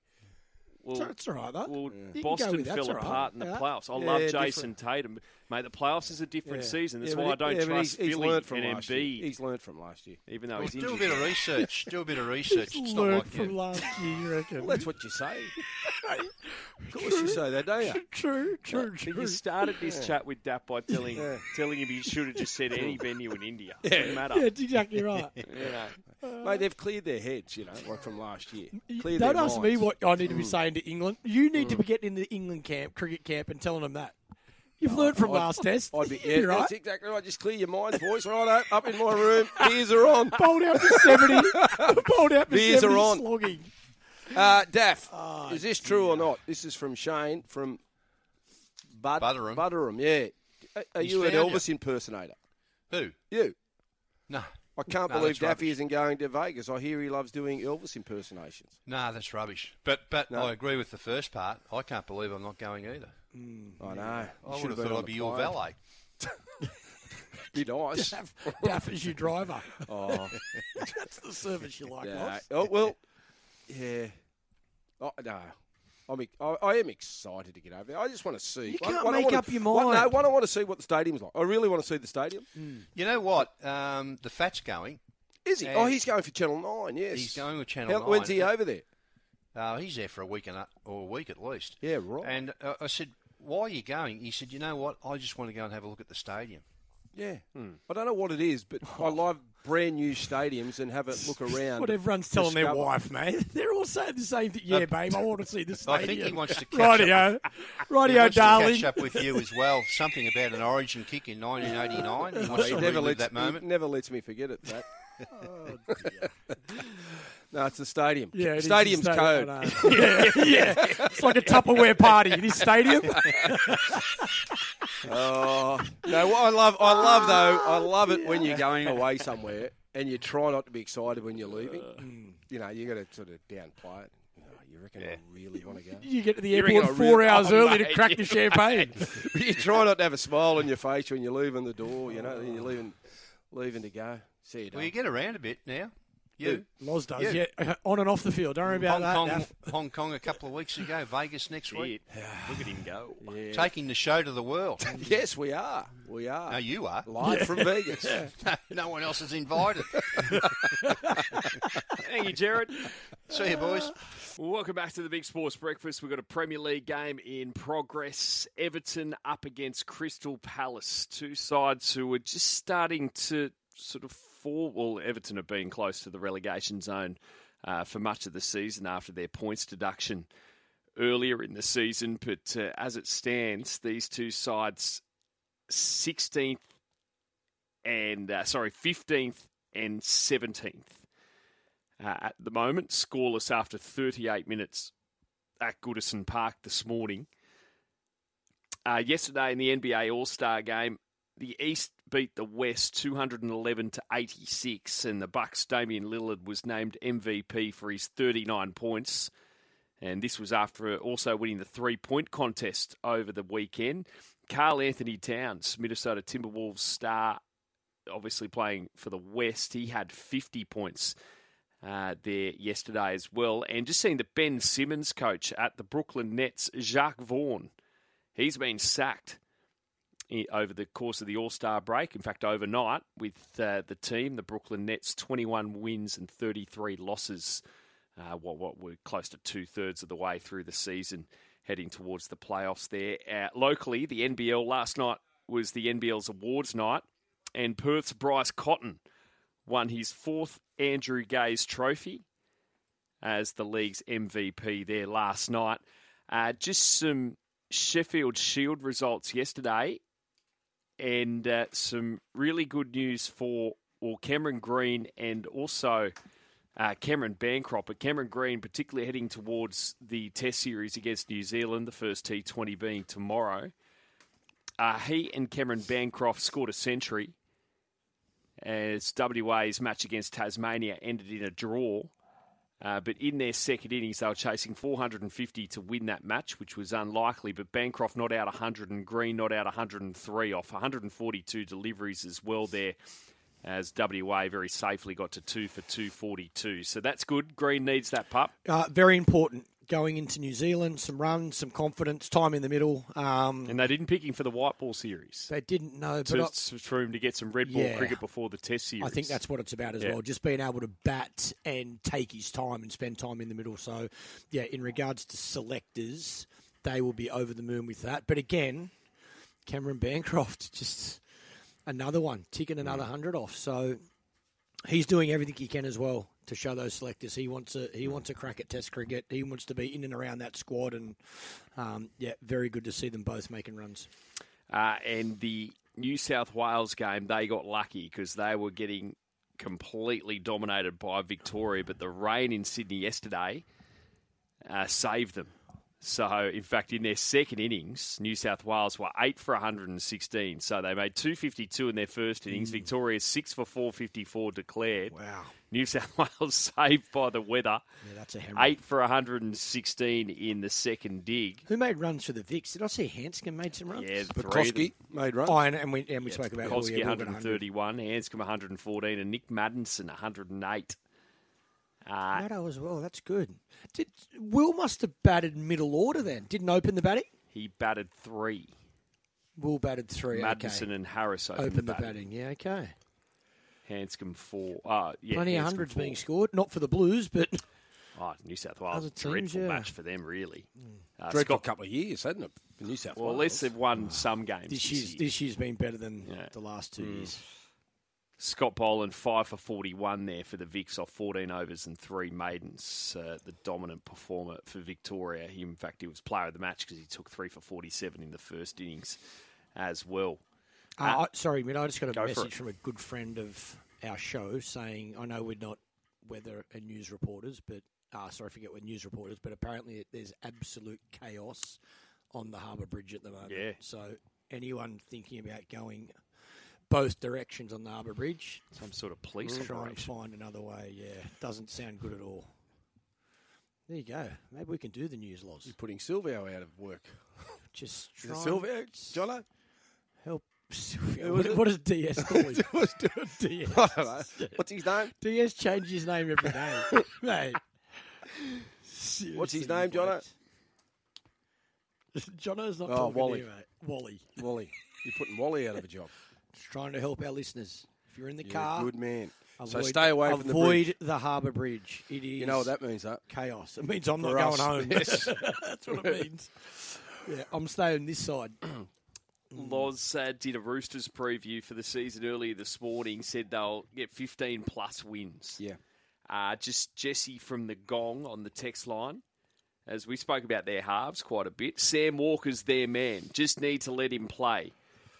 Speaker 1: Well,
Speaker 2: So it's all right, though.
Speaker 1: Well,
Speaker 2: You can go
Speaker 1: Boston
Speaker 2: with that,
Speaker 1: fell
Speaker 2: it's all right.
Speaker 1: apart in the
Speaker 2: Yeah.
Speaker 1: playoffs. I
Speaker 4: Yeah,
Speaker 1: love
Speaker 4: different.
Speaker 1: Jason Tatum, mate. The playoffs is a different season. That's
Speaker 4: Yeah,
Speaker 1: why I
Speaker 4: but he-
Speaker 1: don't
Speaker 4: yeah, but
Speaker 1: trust
Speaker 4: he's, he's
Speaker 1: Philly
Speaker 4: learned from
Speaker 1: and
Speaker 4: last year.
Speaker 1: Embiid,
Speaker 4: He's learned from last year.
Speaker 1: even though
Speaker 6: Well,
Speaker 1: he's
Speaker 6: do a
Speaker 1: injured.
Speaker 6: bit of research. Do a bit of research. It's not
Speaker 2: Learned
Speaker 6: like
Speaker 2: from
Speaker 6: you.
Speaker 2: last year, you reckon?
Speaker 4: Well, that's what you say. of course you say that, don't you?
Speaker 2: true, true,
Speaker 1: But you started this chat with Dap by telling telling him he should have just said any venue in India. Doesn't matter.
Speaker 2: Yeah, that's exactly right.
Speaker 4: Mate, they've cleared their heads, you know, like from last year.
Speaker 2: You-
Speaker 4: Cleared
Speaker 2: Don't
Speaker 4: their
Speaker 2: ask me
Speaker 4: minds.
Speaker 2: what I
Speaker 6: Mm.
Speaker 2: need to be saying to England. You need to be getting into the England camp, cricket camp, and telling them that.
Speaker 6: Oh,
Speaker 2: You've learned from last test.
Speaker 4: I'd be,
Speaker 2: You'll
Speaker 4: yeah,
Speaker 2: be right.
Speaker 4: that's exactly right. Just clear your minds, boys. Right up in my room. Ears are on.
Speaker 2: Bowled out for 70. Bowled out for
Speaker 4: Beers are
Speaker 2: 70
Speaker 4: on.
Speaker 2: slogging.
Speaker 4: Uh, Daff,
Speaker 2: Oh,
Speaker 4: is this true or not? This is from Shane from Bud-
Speaker 6: Butterham.
Speaker 4: Butterham, yeah. Are- Are
Speaker 6: He's
Speaker 4: you an
Speaker 6: found
Speaker 4: Elvis impersonator?
Speaker 6: Who?
Speaker 4: You.
Speaker 6: No.
Speaker 4: I can't
Speaker 6: No,
Speaker 4: believe
Speaker 6: that's
Speaker 4: Daffy isn't going to Vegas. I hear he loves doing Elvis impersonations.
Speaker 6: No, that's rubbish. But but
Speaker 4: No.
Speaker 6: I agree with the first part. I can't believe I'm not going either.
Speaker 4: I know.
Speaker 6: I would have thought I'd be your valet.
Speaker 4: Be nice.
Speaker 2: Daff is your driver. Oh. that's the service you like,
Speaker 4: No.
Speaker 2: Loz.
Speaker 4: Oh well. Yeah. Oh, no. I'm, ex- I, I am excited to get over there. I just want to see.
Speaker 2: You
Speaker 4: one-
Speaker 2: can't
Speaker 4: one, I
Speaker 2: make
Speaker 4: wanna-
Speaker 2: up your
Speaker 4: One, no,
Speaker 2: mind.
Speaker 4: one, I want to see what the stadium's like. I really want to see the stadium.
Speaker 6: You know what? Um, the fat's going.
Speaker 4: Is he?
Speaker 6: Yeah.
Speaker 4: Oh, he's going for Channel 9, yes.
Speaker 6: He's going with Channel
Speaker 4: How,
Speaker 6: Nine.
Speaker 4: When's he over there?
Speaker 6: Uh, he's there for a week and a, or a week at least.
Speaker 4: Yeah, right.
Speaker 6: And uh, I said, "Why are you going?" He said, "You know what? I just want to go and have a look at the stadium."
Speaker 4: Yeah.
Speaker 6: Hmm.
Speaker 4: I don't know what it is, but I love brand new stadiums and have a look around.
Speaker 2: What everyone's telling their
Speaker 4: Discover.
Speaker 2: wife, mate. They're all saying the same thing. Yeah, babe, I want to see the
Speaker 6: I
Speaker 2: stadium.
Speaker 6: think he wants to catch up
Speaker 2: Rightio.
Speaker 6: He
Speaker 2: Rightio,
Speaker 6: wants to
Speaker 2: darling.
Speaker 6: catch up with you as well. Something about an origin kick in 1989. He wants
Speaker 4: He
Speaker 6: to
Speaker 4: never
Speaker 6: relive
Speaker 4: lets
Speaker 6: that
Speaker 4: he
Speaker 6: moment.
Speaker 4: never lets me forget it. That. no, it's the stadium.
Speaker 2: Yeah, it is
Speaker 4: Stadium's
Speaker 2: the oh,
Speaker 4: code.
Speaker 2: stadium, I know. yeah, yeah. It's like a Tupperware party in his stadium.
Speaker 4: Oh no! What I love, I love though, I love it when you're going away somewhere and you try not to be excited when you're leaving. Mm. You know, you got to sort of downplay it. Oh, you reckon I really want to go?
Speaker 2: You get to the
Speaker 1: You reckon
Speaker 2: airport
Speaker 1: I
Speaker 2: four
Speaker 1: really-
Speaker 2: hours
Speaker 1: Oh,
Speaker 2: early to
Speaker 1: mate,
Speaker 2: crack
Speaker 1: you-
Speaker 2: the champagne.
Speaker 4: you try not to have a smile on your face when you're leaving the door. You know, and you're leaving, leaving to go. See you.
Speaker 6: Well, you
Speaker 4: Dave.
Speaker 6: get around a bit now. You.
Speaker 2: Loz does, yeah. Uh, On and off the field. Don't worry about
Speaker 6: Hong
Speaker 2: that.
Speaker 6: Kong,
Speaker 2: Daff.
Speaker 6: Hong Kong a couple of weeks ago, Vegas next week.
Speaker 1: Shit. Look at him go.
Speaker 6: Taking the show to the world.
Speaker 4: Yes, we are. We are.
Speaker 6: no, you are.
Speaker 4: Live from Vegas.
Speaker 6: No one else is invited.
Speaker 1: Thank you, Jared.
Speaker 6: See you, boys.
Speaker 1: Well, welcome back to the Big Sports Breakfast. We've got a Premier League game in progress. Everton up against Crystal Palace. Two sides who are just starting to sort of fall. Well, Everton have been close to the relegation zone uh, for much of the season after their points deduction earlier in the season. But uh, as it stands, these two sides, 16th and uh, sorry, 15th and 17th uh, at the moment, scoreless after 38 minutes at Goodison Park this morning. Uh, yesterday in the NBA All Star game, the East beat the West 211 to 86, and the Bucks' Damian Lillard was named MVP for his 39 points. And this was after also winning the three point contest over the weekend. Carl Anthony Towns, Minnesota Timberwolves star, obviously playing for the West, he had 50 points uh, there yesterday as well. And just seeing the Ben Simmons coach at the Brooklyn Nets, Jacques Vaughn, he's been sacked i- over the course of the All Star break. In fact, overnight with uh, the team, the Brooklyn Nets, 21 wins and 33 losses. Uh, what what we're close to two thirds of the way through the season, heading towards the playoffs. There uh, locally, the NBL last night was the NBL's awards night, and Perth's Bryce Cotton won his fourth Andrew Gaze Trophy as the league's MVP there last night. Uh, just some Sheffield Shield results yesterday, and uh, some really good news for well Cameron Green and also uh, Cameron Bancroft, but Cameron Green, particularly heading towards the Test series against New Zealand, the first T20 being tomorrow. Uh, he and Cameron Bancroft scored a century as WA's match against Tasmania ended in a draw. Uh, but in their second innings, they were chasing 450 to win that match, which was unlikely. But Bancroft not out 100 and Green not out 103 off 142 deliveries as well there as WA very safely got to two for 242. So that's good. Green needs that pup.
Speaker 2: Uh, very important going into New Zealand. Some runs, some confidence, time in the middle. Um,
Speaker 1: And they didn't pick him for the white ball series.
Speaker 2: they didn't know, but
Speaker 1: To,
Speaker 2: I-
Speaker 1: for him to get some red ball
Speaker 2: Yeah.
Speaker 1: cricket before the test series.
Speaker 2: I think that's what it's about as
Speaker 1: Yeah.
Speaker 2: well. Just being able to bat and take his time and spend time in the middle. So, yeah, in regards to selectors, they will be over the moon with that. But again, Cameron Bancroft, just another one,
Speaker 1: Mm.
Speaker 2: ticking another 100 off. So he's doing everything he can as well to show those selectors he wants a
Speaker 1: Mm.
Speaker 2: he wants a crack at test cricket he wants to be in and around that squad and um, yeah very good to see them both making runs
Speaker 1: Uh, and the New South Wales game, they got lucky because they were getting completely dominated by Victoria, but the rain in Sydney yesterday uh, saved them. So, in fact, in their second innings, New South Wales were 8 for 116. So they made 252 in their first innings. Victoria 6 for 454 declared.
Speaker 2: Mm. wow
Speaker 1: New South Wales saved by the weather.
Speaker 2: yeah that's a hammer
Speaker 1: 8 for 116 in the second dig.
Speaker 2: who made runs for the Vics did I see Hanscom made some runs
Speaker 1: Yeah, three of them.
Speaker 4: Petrosky made runs.
Speaker 2: Oh, and, and we and we spoke about
Speaker 1: Koski
Speaker 2: it.
Speaker 1: 131, Hanscom 114, and Nick Madison 108. Uh,
Speaker 2: Maddo as well. That's good. Did Will must have batted middle order then? Didn't open the batting.
Speaker 1: he batted three.
Speaker 2: Will batted three.
Speaker 1: Madison
Speaker 2: okay.
Speaker 1: and Harris opened
Speaker 2: opened
Speaker 1: the
Speaker 2: the
Speaker 1: batting.
Speaker 2: batting. Yeah, okay.
Speaker 1: Hanscom four. Uh, yeah,
Speaker 2: Plenty of
Speaker 1: Hanscom
Speaker 2: hundreds
Speaker 1: four.
Speaker 2: being scored. Not for the Blues, but
Speaker 1: Oh, New South
Speaker 2: Other
Speaker 1: Wales,
Speaker 2: teams,
Speaker 1: dreadful
Speaker 2: yeah.
Speaker 1: match for them, really. Uh,
Speaker 4: Dreadful
Speaker 1: Scott,
Speaker 4: couple of years, hadn't it? For New South
Speaker 1: well, at
Speaker 4: Wales.
Speaker 1: least they've won some games
Speaker 2: Ah, this
Speaker 1: this
Speaker 2: year's
Speaker 1: year.
Speaker 2: this year's been better than
Speaker 1: Yeah. Mm.
Speaker 2: the last two years.
Speaker 1: Scott Boland, 5 for 41 there for the Vics off 14 overs and three maidens. Uh, the dominant performer for Victoria. He, in fact, he was player of the match because he took 3 for 47 in the first innings as well.
Speaker 2: Uh, I, sorry, mate. I just got a
Speaker 1: Go for
Speaker 2: message
Speaker 1: it.
Speaker 2: from a good friend of our show saying, I know we're not weather and news reporters, but uh, sorry, I forget we're news reporters, but apparently it, there's absolute chaos on the harbour bridge at the moment.
Speaker 1: Yeah.
Speaker 2: So anyone thinking about going both directions on the harbour bridge,
Speaker 1: Some sort of police
Speaker 2: try and
Speaker 1: operation.
Speaker 2: find another way. Yeah, doesn't sound good at all. There you go. Maybe we can do the news laws.
Speaker 4: You're putting Silvio out of work.
Speaker 2: Just
Speaker 4: Is it
Speaker 2: try and
Speaker 4: Silvio? Jono?
Speaker 2: help. Sylvia.
Speaker 4: Who was
Speaker 2: What,
Speaker 4: it?
Speaker 2: what does DS call him?
Speaker 4: What's doing?
Speaker 2: DS.
Speaker 4: I don't know. What's his name?
Speaker 2: DS changes his name every day, mate.
Speaker 4: What's his
Speaker 2: Seriously,
Speaker 4: name, Jono?
Speaker 2: mate. Jono's not
Speaker 4: Oh,
Speaker 2: talking
Speaker 4: Wally.
Speaker 2: to you, mate. Wally.
Speaker 4: Wally. You're putting Wally out of a job.
Speaker 2: Just trying to help our listeners. If you're in the
Speaker 4: You're
Speaker 2: car,
Speaker 4: a good man.
Speaker 2: avoid,
Speaker 4: so stay away from the
Speaker 2: avoid
Speaker 4: bridge.
Speaker 2: the harbour bridge. It is
Speaker 4: You know what that means, huh?
Speaker 2: chaos. It means I'm not
Speaker 4: For
Speaker 2: going
Speaker 4: us.
Speaker 2: home.
Speaker 4: Yes.
Speaker 2: That's what it means. Yeah, I'm staying this side.
Speaker 1: Loz uh, did a Roosters preview for the season earlier this morning, said they'll get 15 plus wins.
Speaker 4: Yeah.
Speaker 1: Uh, just Jesse from the Gong on the text line. As we spoke about their halves quite a bit, Sam Walker's their man. Just need to let him play.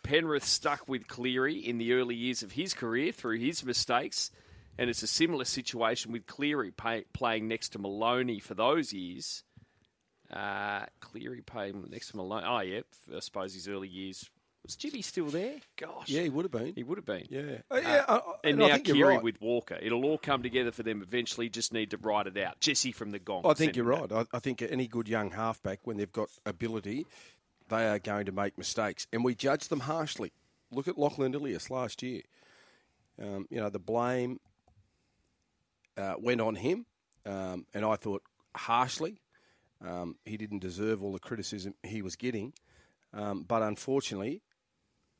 Speaker 1: Penrith stuck with Cleary in the early years of his career through his mistakes, and it's a similar situation with Cleary pay, playing next to Maloney for those years. Uh, Cleary playing next to Maloney. Oh yeah, I suppose his early years was Jimmy still there? Gosh,
Speaker 4: Yeah, he would have been.
Speaker 1: he would have been.
Speaker 4: Yeah. Uh, yeah I- I-
Speaker 1: And
Speaker 4: I
Speaker 1: now
Speaker 4: think you're
Speaker 1: Kiri
Speaker 4: right.
Speaker 1: with Walker. It'll all come together for them eventually. Just need to write it out. Jesse from the Gong.
Speaker 4: I think
Speaker 1: sent
Speaker 4: you're
Speaker 1: it back.
Speaker 4: right. I, I think any good young halfback, when they've got ability, they are going to make mistakes, and we judge them harshly. Look at Lachlan Ilias last year. Um, you know the blame uh, went on him, um, and I thought harshly. Um, he didn't deserve all the criticism he was getting, um, but unfortunately,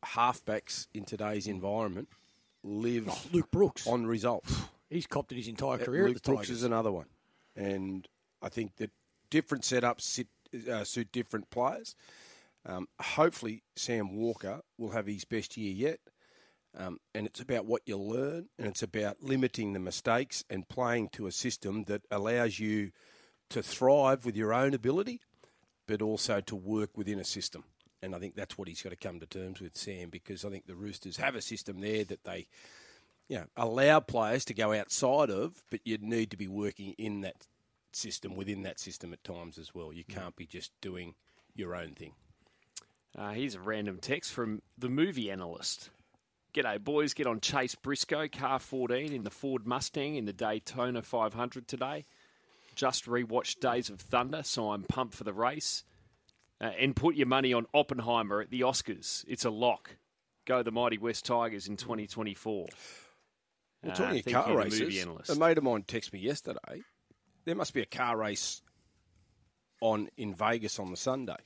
Speaker 4: halfbacks in today's environment live
Speaker 2: Luke Brooks.
Speaker 4: on results.
Speaker 2: He's copped it his entire
Speaker 4: Uh,
Speaker 2: career
Speaker 4: Luke
Speaker 2: at the
Speaker 4: Brooks
Speaker 2: Tigers.
Speaker 4: is another one, and I think that different setups sit, uh, suit different players. Um, hopefully, Sam Walker will have his best year yet, um, and it's about what you learn, and it's about limiting the mistakes and playing to a system that allows you to thrive with your own ability, but also to work within a system. And I think that's what he's got to come to terms with, Sam, because I think the Roosters have a system there that they you know, allow players to go outside of, but you need to be working in that system, within that system at times as well.
Speaker 1: Mm.
Speaker 4: You can't be just doing your own thing.
Speaker 1: Uh, here's a random text from the movie analyst. G'day, boys. Get on Chase Briscoe, car 14 in the Ford Mustang in the Daytona 500 today. Just rewatched Days of Thunder, so I'm pumped for the race. Uh, and put your money on Oppenheimer at the Oscars. It's a lock. Go the mighty West Tigers in 2024.
Speaker 4: Well,
Speaker 1: Uh,
Speaker 4: talking of
Speaker 1: thank
Speaker 4: car
Speaker 1: you, the movie
Speaker 4: races,
Speaker 1: analyst.
Speaker 4: a mate of mine texted me yesterday. There must be a car race on in Vegas on the Sunday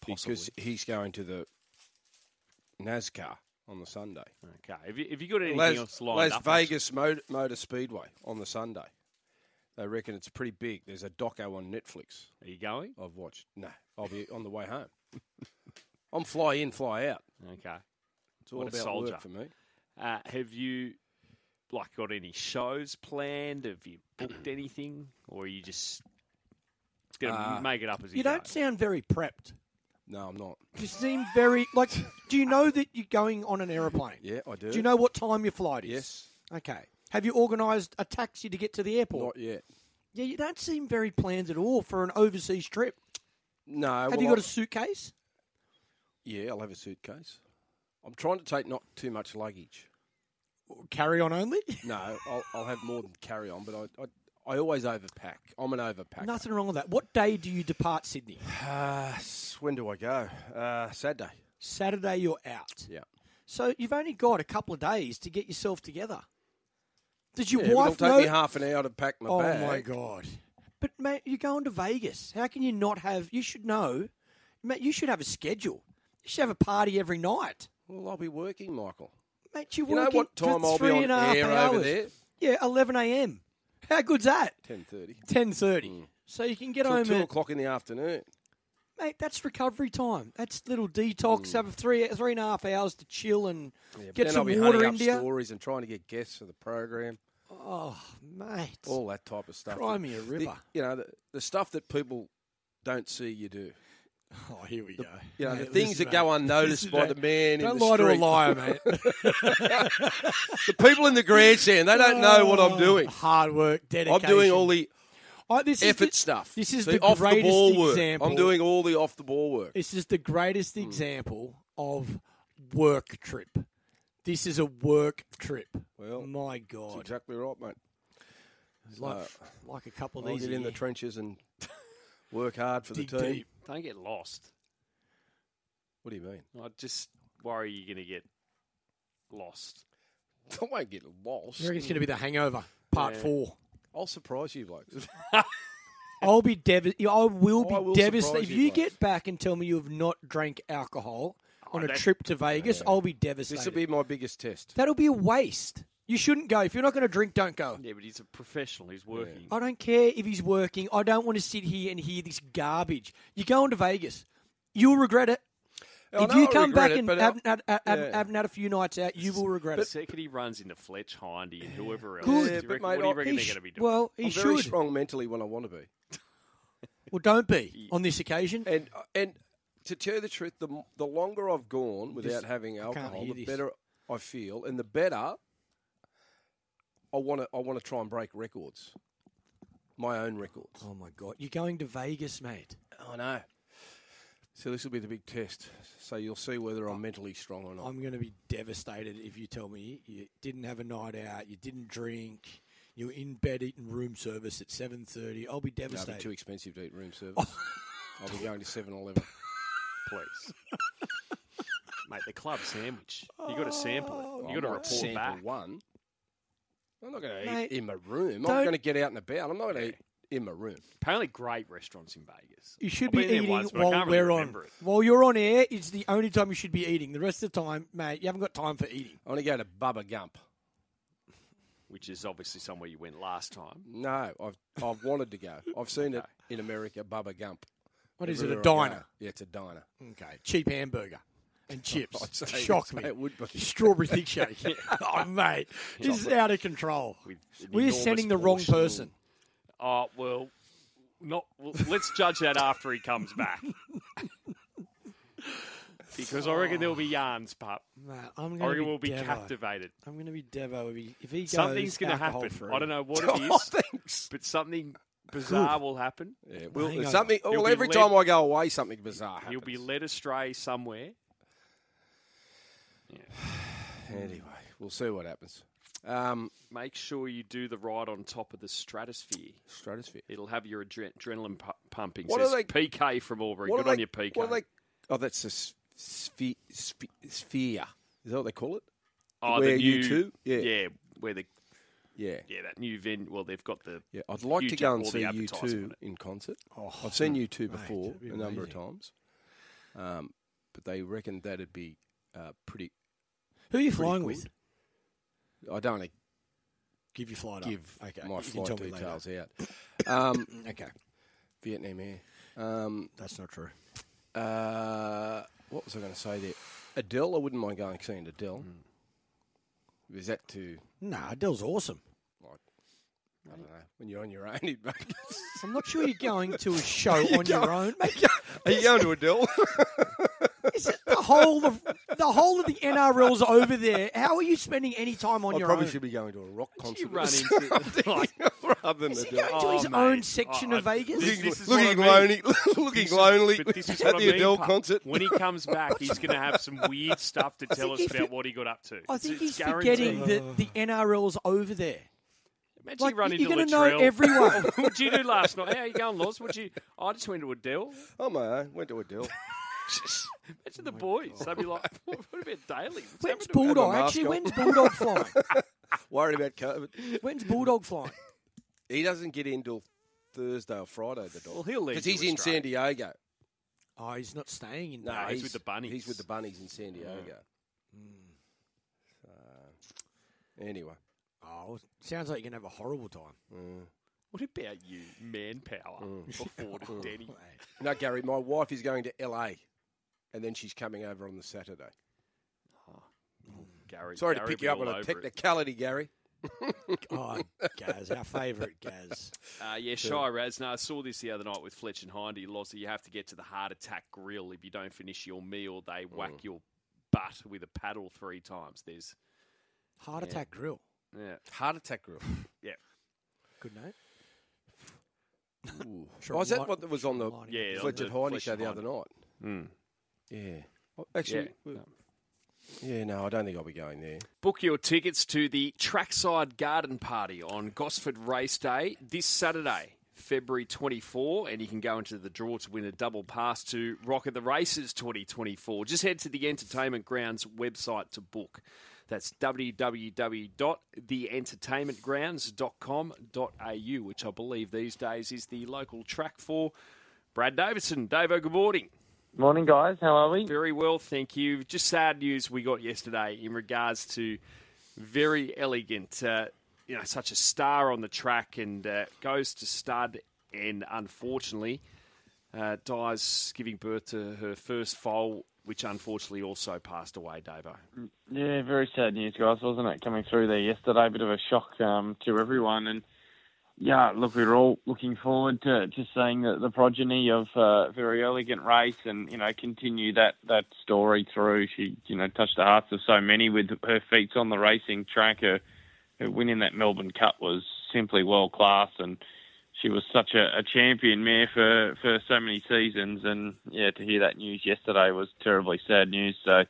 Speaker 1: Possibly.
Speaker 4: because he's going to the NASCAR on the Sunday.
Speaker 1: Okay. Have you, have you got anything else lined
Speaker 4: Las
Speaker 1: up?
Speaker 4: Vegas Motor, Motor Speedway on the Sunday. They reckon it's pretty big. There's a doco on Netflix.
Speaker 1: Are you going?
Speaker 4: I've watched. No, I'll be on the way home. I'm fly in, fly out.
Speaker 1: Okay.
Speaker 4: It's all
Speaker 1: What a
Speaker 4: about
Speaker 1: soldier.
Speaker 4: work for me.
Speaker 1: Uh, have you like got any shows planned? Have you booked anything, or are you just gonna
Speaker 4: Uh,
Speaker 1: make it up as you,
Speaker 2: You
Speaker 1: go?
Speaker 2: don't sound very prepped.
Speaker 4: No, I'm not.
Speaker 2: You seem very like. Do you know that you're going on an aeroplane?
Speaker 4: Yeah, I do.
Speaker 2: Do you know what time your flight is?
Speaker 4: Yes.
Speaker 2: Okay. Have you organised a taxi to get to the airport?
Speaker 4: Not yet.
Speaker 2: Yeah, you don't seem very planned at all for an overseas trip.
Speaker 4: No.
Speaker 2: Have
Speaker 4: Uh, well,
Speaker 2: you got
Speaker 4: I-
Speaker 2: a suitcase?
Speaker 4: Yeah, I'll have a suitcase. I'm trying to take not too much luggage. uh,
Speaker 2: Carry on only.
Speaker 4: No, I'll, I'll have more than carry on, but I, I, I always overpack. I'm an overpacker.
Speaker 2: Nothing wrong with that. What day do you depart Sydney?
Speaker 4: Uh, s- when do I go? Uh, Saturday.
Speaker 2: Saturday, you're out.
Speaker 4: Yeah.
Speaker 2: So you've only got a couple of days to get yourself together. Did your
Speaker 4: Yeah, it'll
Speaker 2: wife
Speaker 4: take
Speaker 2: know?
Speaker 4: me half an hour to pack my
Speaker 2: oh
Speaker 4: bag.
Speaker 2: my god! But mate, you're going to Vegas. How can you not have? You should know. Mate, you should have a schedule. You should have a party every night.
Speaker 4: Well, I'll be working, Michael.
Speaker 2: Mate, you're
Speaker 4: You know
Speaker 2: working
Speaker 4: what time
Speaker 2: for
Speaker 4: I'll be
Speaker 2: three
Speaker 4: on
Speaker 2: and a half
Speaker 4: air
Speaker 2: hours.
Speaker 4: over there?
Speaker 2: Yeah, 11 a.m. How good's that?
Speaker 4: 10.30.
Speaker 2: 10.30. So you can get
Speaker 4: Hmm. Till
Speaker 2: home
Speaker 4: 2
Speaker 2: at,
Speaker 4: o'clock in the afternoon.
Speaker 2: mate, that's recovery time. That's little detox. Have three, three and a half hours to chill and
Speaker 4: Hmm. But
Speaker 2: get
Speaker 4: then
Speaker 2: some
Speaker 4: I'll be
Speaker 2: water
Speaker 4: hunting
Speaker 2: into
Speaker 4: up
Speaker 2: you.
Speaker 4: stories and trying to get guests for the program,
Speaker 2: Oh, mate.
Speaker 4: all that type of stuff.
Speaker 2: Cry me a
Speaker 4: The-
Speaker 2: river.
Speaker 4: you know, the, the stuff that people don't see you do.
Speaker 2: oh, here we go.
Speaker 4: You know, the
Speaker 2: Mate,
Speaker 4: things
Speaker 2: listen,
Speaker 4: that go
Speaker 2: mate.
Speaker 4: unnoticed
Speaker 2: Listen,
Speaker 4: by
Speaker 2: mate.
Speaker 4: the man
Speaker 2: Don't
Speaker 4: in the
Speaker 2: lie to a
Speaker 4: street.
Speaker 2: liar, mate.
Speaker 4: The people in the grandstand, they don't know what I'm doing.
Speaker 2: Oh, Hard work, dedication.
Speaker 4: I'm doing all the
Speaker 2: Oh, this is
Speaker 4: effort
Speaker 2: the-
Speaker 4: stuff.
Speaker 2: This is
Speaker 4: the,
Speaker 2: the,
Speaker 4: off the
Speaker 2: greatest
Speaker 4: ball work.
Speaker 2: example.
Speaker 4: I'm doing all the off the ball work.
Speaker 2: This is the greatest
Speaker 4: Hmm.
Speaker 2: example of work trip. This is a work trip.
Speaker 4: Well,
Speaker 2: my
Speaker 4: That's
Speaker 2: God,
Speaker 4: exactly right, mate.
Speaker 2: like, like a couple of
Speaker 4: I'll
Speaker 2: these
Speaker 4: get
Speaker 2: a
Speaker 4: in the
Speaker 2: year.
Speaker 4: trenches and work hard for the
Speaker 2: dig
Speaker 4: team.
Speaker 2: deep.
Speaker 1: Don't get lost.
Speaker 4: What do you mean?
Speaker 1: I just worry you're gonna get lost.
Speaker 4: I won't get lost.
Speaker 2: I reckon it's going to be the Hangover Part
Speaker 1: Yeah.
Speaker 2: Four.
Speaker 4: I'll surprise you, blokes.
Speaker 2: I'll be devastated. I will be
Speaker 4: I will
Speaker 2: devastated
Speaker 4: surprise
Speaker 2: if
Speaker 4: you
Speaker 2: you
Speaker 4: blokes.
Speaker 2: get back and tell me you have not drank alcohol
Speaker 4: Oh,
Speaker 2: on a
Speaker 1: that-
Speaker 2: trip to Vegas. I'll be devastated.
Speaker 4: this will be my biggest test.
Speaker 2: That'll be a waste. You shouldn't go if you're not going to drink. Don't go.
Speaker 1: Yeah, but he's a professional. He's working.
Speaker 2: I don't care if he's working. I don't want to sit here and hear this garbage. You're going to Vegas. You'll regret it.
Speaker 4: I
Speaker 2: if
Speaker 4: know
Speaker 2: you
Speaker 4: I
Speaker 2: come
Speaker 4: Oh, regret
Speaker 2: back
Speaker 4: it,
Speaker 2: and
Speaker 4: but I-
Speaker 2: haven't had, ha- haven't-
Speaker 4: yeah.
Speaker 2: haven't had a few nights out, you will regret
Speaker 1: The
Speaker 2: it.
Speaker 1: second he runs into Fletch Hindy and whoever else,
Speaker 2: Good.
Speaker 1: do you
Speaker 2: Yeah,
Speaker 4: but
Speaker 1: reckon-
Speaker 4: mate,
Speaker 1: what do
Speaker 4: I-
Speaker 1: you reckon
Speaker 2: He
Speaker 1: they're
Speaker 2: sh-
Speaker 1: going to be doing?
Speaker 2: well, he
Speaker 4: I'm very
Speaker 2: should.
Speaker 4: strong mentally when I want to be.
Speaker 2: Well, don't be on this occasion.
Speaker 4: And and to tell you the truth, the the longer I've gone without
Speaker 2: This-
Speaker 4: having
Speaker 2: I can't
Speaker 4: alcohol,
Speaker 2: hear
Speaker 4: the
Speaker 2: this.
Speaker 4: better I feel, and the better I want to. I want to try and break records, my own records.
Speaker 2: Oh my god, you're going to Vegas, mate.
Speaker 4: I know. So this will be the big test. So you'll see whether I'm mentally strong or not.
Speaker 2: I'm going to be devastated if you tell me you didn't have a night out, you didn't drink, you were in bed eating room service at 7:30. I'll be
Speaker 4: No, it'd be
Speaker 2: devastated.
Speaker 4: too expensive to eat room service. I'll be going to 7-Eleven.
Speaker 1: please. Mate, the club sandwich. You got to
Speaker 2: Oh,
Speaker 1: sample it. You got to
Speaker 4: I might
Speaker 1: report
Speaker 4: Oh, sample
Speaker 1: back.
Speaker 4: one. I'm not going to
Speaker 2: Mate,
Speaker 4: eat in my room.
Speaker 2: don't-
Speaker 4: I'm going to get out and about. I'm not going to eat in my room.
Speaker 1: Apparently, great restaurants in Vegas.
Speaker 2: you should
Speaker 1: I've
Speaker 2: be
Speaker 1: been there
Speaker 2: eating
Speaker 1: once, but I
Speaker 2: while
Speaker 1: can't really
Speaker 2: we're on.
Speaker 1: remember it.
Speaker 2: While you're on air, it's the only time you should be eating. The rest of the time, mate, you haven't got time for eating.
Speaker 4: I want to go to Bubba Gump.
Speaker 1: Which is obviously somewhere you went last time.
Speaker 4: No, I've I've wanted to go. I've seen it in America, Bubba Gump.
Speaker 2: What is it? A
Speaker 4: Everywhere I go.
Speaker 2: diner?
Speaker 4: Yeah, it's a diner.
Speaker 2: Okay, Oh, cheap hamburger and chips.
Speaker 4: I'd say-
Speaker 2: Shock
Speaker 4: I'd
Speaker 1: Hmm.
Speaker 4: say
Speaker 2: me.
Speaker 4: it would be.
Speaker 2: Strawberry thick shake. oh, mate, this is out of control.
Speaker 1: an
Speaker 2: We're
Speaker 1: enormous
Speaker 2: sending the wrong
Speaker 1: portion.
Speaker 2: person.
Speaker 1: Oh, well, not. Well, let's judge that after he comes back. because I reckon there'll be yarns, pup.
Speaker 2: Mate, I'm
Speaker 1: I
Speaker 2: going to
Speaker 1: reckon
Speaker 2: be
Speaker 1: we'll be
Speaker 2: devo.
Speaker 1: captivated.
Speaker 2: I'm going to be devo if he, if he goes.
Speaker 1: Something's going to
Speaker 2: alcohol
Speaker 1: happen.
Speaker 2: Free.
Speaker 1: I don't know what it
Speaker 4: Oh,
Speaker 1: is,
Speaker 4: thanks.
Speaker 1: but something bizarre will happen.
Speaker 4: Yeah, well,
Speaker 2: Hangover.
Speaker 4: something.
Speaker 1: You'll
Speaker 4: Well,
Speaker 1: be
Speaker 4: every
Speaker 1: led-
Speaker 4: time I go away, something bizarre happens.
Speaker 1: He'll be led astray somewhere.
Speaker 4: anyway. We'll see what happens. Um,
Speaker 1: Make sure you do the ride on top of the stratosphere.
Speaker 4: Stratosphere.
Speaker 1: It'll have your adre- adrenaline pu- pumping.
Speaker 4: What
Speaker 1: Says
Speaker 4: are they-
Speaker 1: PK from Auburn. Good
Speaker 4: are
Speaker 1: on
Speaker 4: they-
Speaker 1: your eh? PK.
Speaker 4: What are they? Oh, that's a sphere. Sphere. Is that what they call it?
Speaker 1: oh,
Speaker 4: where
Speaker 1: the new,
Speaker 4: you two? Yeah.
Speaker 1: yeah, where the
Speaker 4: Yeah.
Speaker 1: yeah that new venue. Well, they've got the
Speaker 4: Yeah, I'd like to
Speaker 1: huge
Speaker 4: go and
Speaker 1: all the
Speaker 4: see you
Speaker 1: advertising on
Speaker 4: two
Speaker 1: it.
Speaker 4: in concert.
Speaker 2: Oh,
Speaker 4: I've seen you two
Speaker 2: mate,
Speaker 4: before
Speaker 2: that'd be
Speaker 4: a number of
Speaker 2: amazing.
Speaker 4: times, um, but they reckon that'd be uh, pretty.
Speaker 2: Who are you
Speaker 4: pretty
Speaker 2: flying
Speaker 4: good.
Speaker 2: with?
Speaker 4: I don't want to
Speaker 2: Give your flight
Speaker 4: give
Speaker 2: up. Okay,
Speaker 4: my
Speaker 2: you can
Speaker 4: flight
Speaker 2: tell me later.
Speaker 4: details out. Um,
Speaker 2: Okay,
Speaker 4: Vietnam Air. Um,
Speaker 2: that's not true.
Speaker 4: uh, what was I going to say there? Adele. I wouldn't mind going and seeing Adele.
Speaker 2: Hmm.
Speaker 4: Is that too?
Speaker 2: Nah, Adele's awesome.
Speaker 4: I don't know. When you're on your own, it make-
Speaker 2: I'm not sure you're going to a show on your own. Mate,
Speaker 4: are you going to Adele?
Speaker 2: is it the whole of the whole of the NRL's over there. How are you spending any time on
Speaker 4: I
Speaker 2: your
Speaker 4: probably
Speaker 2: own?
Speaker 4: should be going to a rock concert.
Speaker 1: You run into like,
Speaker 4: rather than
Speaker 2: Is he
Speaker 4: Adele.
Speaker 2: going to his
Speaker 1: Oh, mate.
Speaker 2: own section of
Speaker 1: I- I-
Speaker 2: Vegas?
Speaker 1: this- this is what I
Speaker 4: looking
Speaker 1: mean.
Speaker 4: lonely, looking
Speaker 1: This is-
Speaker 4: lonely
Speaker 1: but this is
Speaker 4: at
Speaker 1: what I
Speaker 4: the
Speaker 1: mean,
Speaker 4: Adele
Speaker 1: pup.
Speaker 4: concert.
Speaker 1: When he comes back, he's going to have some weird stuff to tell us
Speaker 2: think he
Speaker 1: about
Speaker 2: fi-
Speaker 1: what he got up to.
Speaker 2: I think
Speaker 1: It's
Speaker 2: he's
Speaker 1: guaranteed.
Speaker 2: forgetting that the NRL's over there.
Speaker 1: Imagine
Speaker 2: Like,
Speaker 1: you run
Speaker 2: you're
Speaker 1: into
Speaker 2: going to know
Speaker 1: Latrell.
Speaker 2: everyone.
Speaker 1: What'd you do last night? How you going, Loz? What'd you? I just went to Adele.
Speaker 4: Oh my, own. went to Adele.
Speaker 1: Imagine
Speaker 4: Oh
Speaker 1: the boys. They'd be like, "What about Daly? What's
Speaker 2: When's
Speaker 1: happened to him?"
Speaker 2: Bulldog?
Speaker 4: mask
Speaker 2: Actually,
Speaker 4: on.
Speaker 2: when's Bulldog flying?
Speaker 4: Worried about COVID.
Speaker 2: When's Bulldog flying?
Speaker 4: He doesn't get in till Thursday or Friday. The dog.
Speaker 1: Well, he'll leave
Speaker 4: because
Speaker 1: you
Speaker 4: he's in
Speaker 1: Australia.
Speaker 4: San Diego.
Speaker 2: Oh, he's not staying in.
Speaker 4: No,
Speaker 1: he's with the Bunnies. Hmm.
Speaker 4: He's with the bunnies in San Diego. So, anyway,
Speaker 2: Oh, sounds like you're going to have a horrible time.
Speaker 1: What about you, manpower?
Speaker 4: Mm.
Speaker 1: Before to Denny.
Speaker 4: no, Gary, my wife is going to LA, and then she's coming over on the Saturday.
Speaker 1: Gary,
Speaker 4: Sorry
Speaker 1: Gary
Speaker 4: to pick
Speaker 1: will be
Speaker 4: you up
Speaker 1: all
Speaker 4: on a
Speaker 1: over it.
Speaker 4: technicality, Gary.
Speaker 2: Oh, Gaz, our favourite Gaz.
Speaker 1: Uh, yeah, Shy Raz. Now, I saw this the other night with Fletch and Hindy. Lots you have to get to the heart attack grill. If you don't finish your meal, they
Speaker 4: Mm.
Speaker 1: whack your butt with a paddle three times. There's,
Speaker 2: Heart Attack Grill.
Speaker 1: yeah,
Speaker 4: Heart attack grill.
Speaker 1: yeah,
Speaker 2: Good name.
Speaker 4: Ooh.
Speaker 2: Sure,
Speaker 4: oh, is that
Speaker 2: li-
Speaker 4: what was on the
Speaker 2: lining
Speaker 1: yeah. on
Speaker 4: Fletcher
Speaker 1: the
Speaker 4: Heidi
Speaker 1: Fletch
Speaker 4: show
Speaker 1: and
Speaker 4: the
Speaker 1: Hindy.
Speaker 4: other night? Yeah. Well, Actually,
Speaker 1: Yeah.
Speaker 4: we- Yeah, no, I don't think I'll be going there.
Speaker 1: Book your tickets to the Trackside Garden Party on Gosford Race Day this Saturday, February 24, and you can go into the draw to win a double pass to Rock at the Races 2024. Just head to the Entertainment Grounds website to book. That's www.theentertainmentgrounds.com.au, which I believe these days is the local track for Brad Davidson. Davo, good morning.
Speaker 7: Morning, guys. How are we?
Speaker 1: Very well, thank you. Just sad news we got yesterday in regards to very elegant, uh, you know, such a star on the track and uh, goes to stud and unfortunately uh, dies giving birth to her first foal, which unfortunately also passed away, Davo.
Speaker 7: Yeah, very sad news, guys, wasn't it? Coming through there yesterday, bit of a shock um, to everyone, and yeah, look, we we're all looking forward to, to seeing the, the progeny of uh, very elegant race, and you know, continue that, that story through. She, you know, touched the hearts of so many with her feats on the racing track. Her, her winning that Melbourne Cup was simply world class, and she was such a, a champion mare for, for so many seasons. And yeah, to hear that news yesterday was terribly sad news. So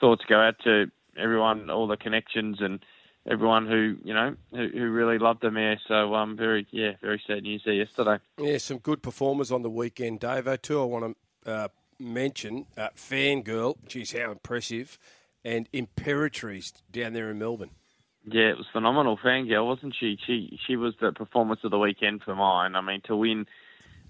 Speaker 7: thoughts go out to everyone, all the connections, and everyone who you know who, who really loved the mare. So um, very yeah, very sad news there yesterday.
Speaker 4: Yeah, some good performers on the weekend, Davo. Two I want to uh, mention: uh, Fangirl, geez, how impressive, and Imperatrice down there in Melbourne.
Speaker 7: Yeah, it was phenomenal. Fangirl, wasn't she? She she was the performance of the weekend for mine. I mean, to win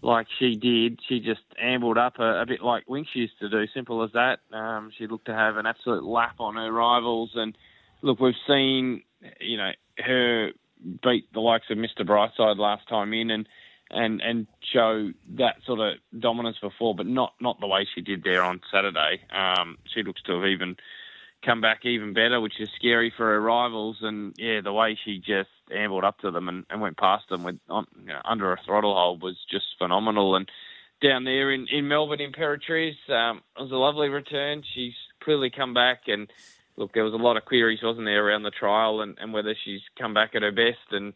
Speaker 7: like she did, she just ambled up a, a bit like Winks used to do. Simple as that. Um, she looked to have an absolute lap on her rivals and look, we've seen you know her beat the likes of Mr. Brightside last time in, and and and show that sort of dominance before, but not not the way she did there on Saturday. Um, she looks to have even come back even better, which is scary for her rivals. And yeah, the way she just ambled up to them and, and went past them with on, you know, under a throttle hold was just phenomenal. And down there in in Melbourne, Imperatrice, um, it was a lovely return. She's clearly come back and look, there was a lot of queries, wasn't there, around the trial and, and whether she's come back at her best. And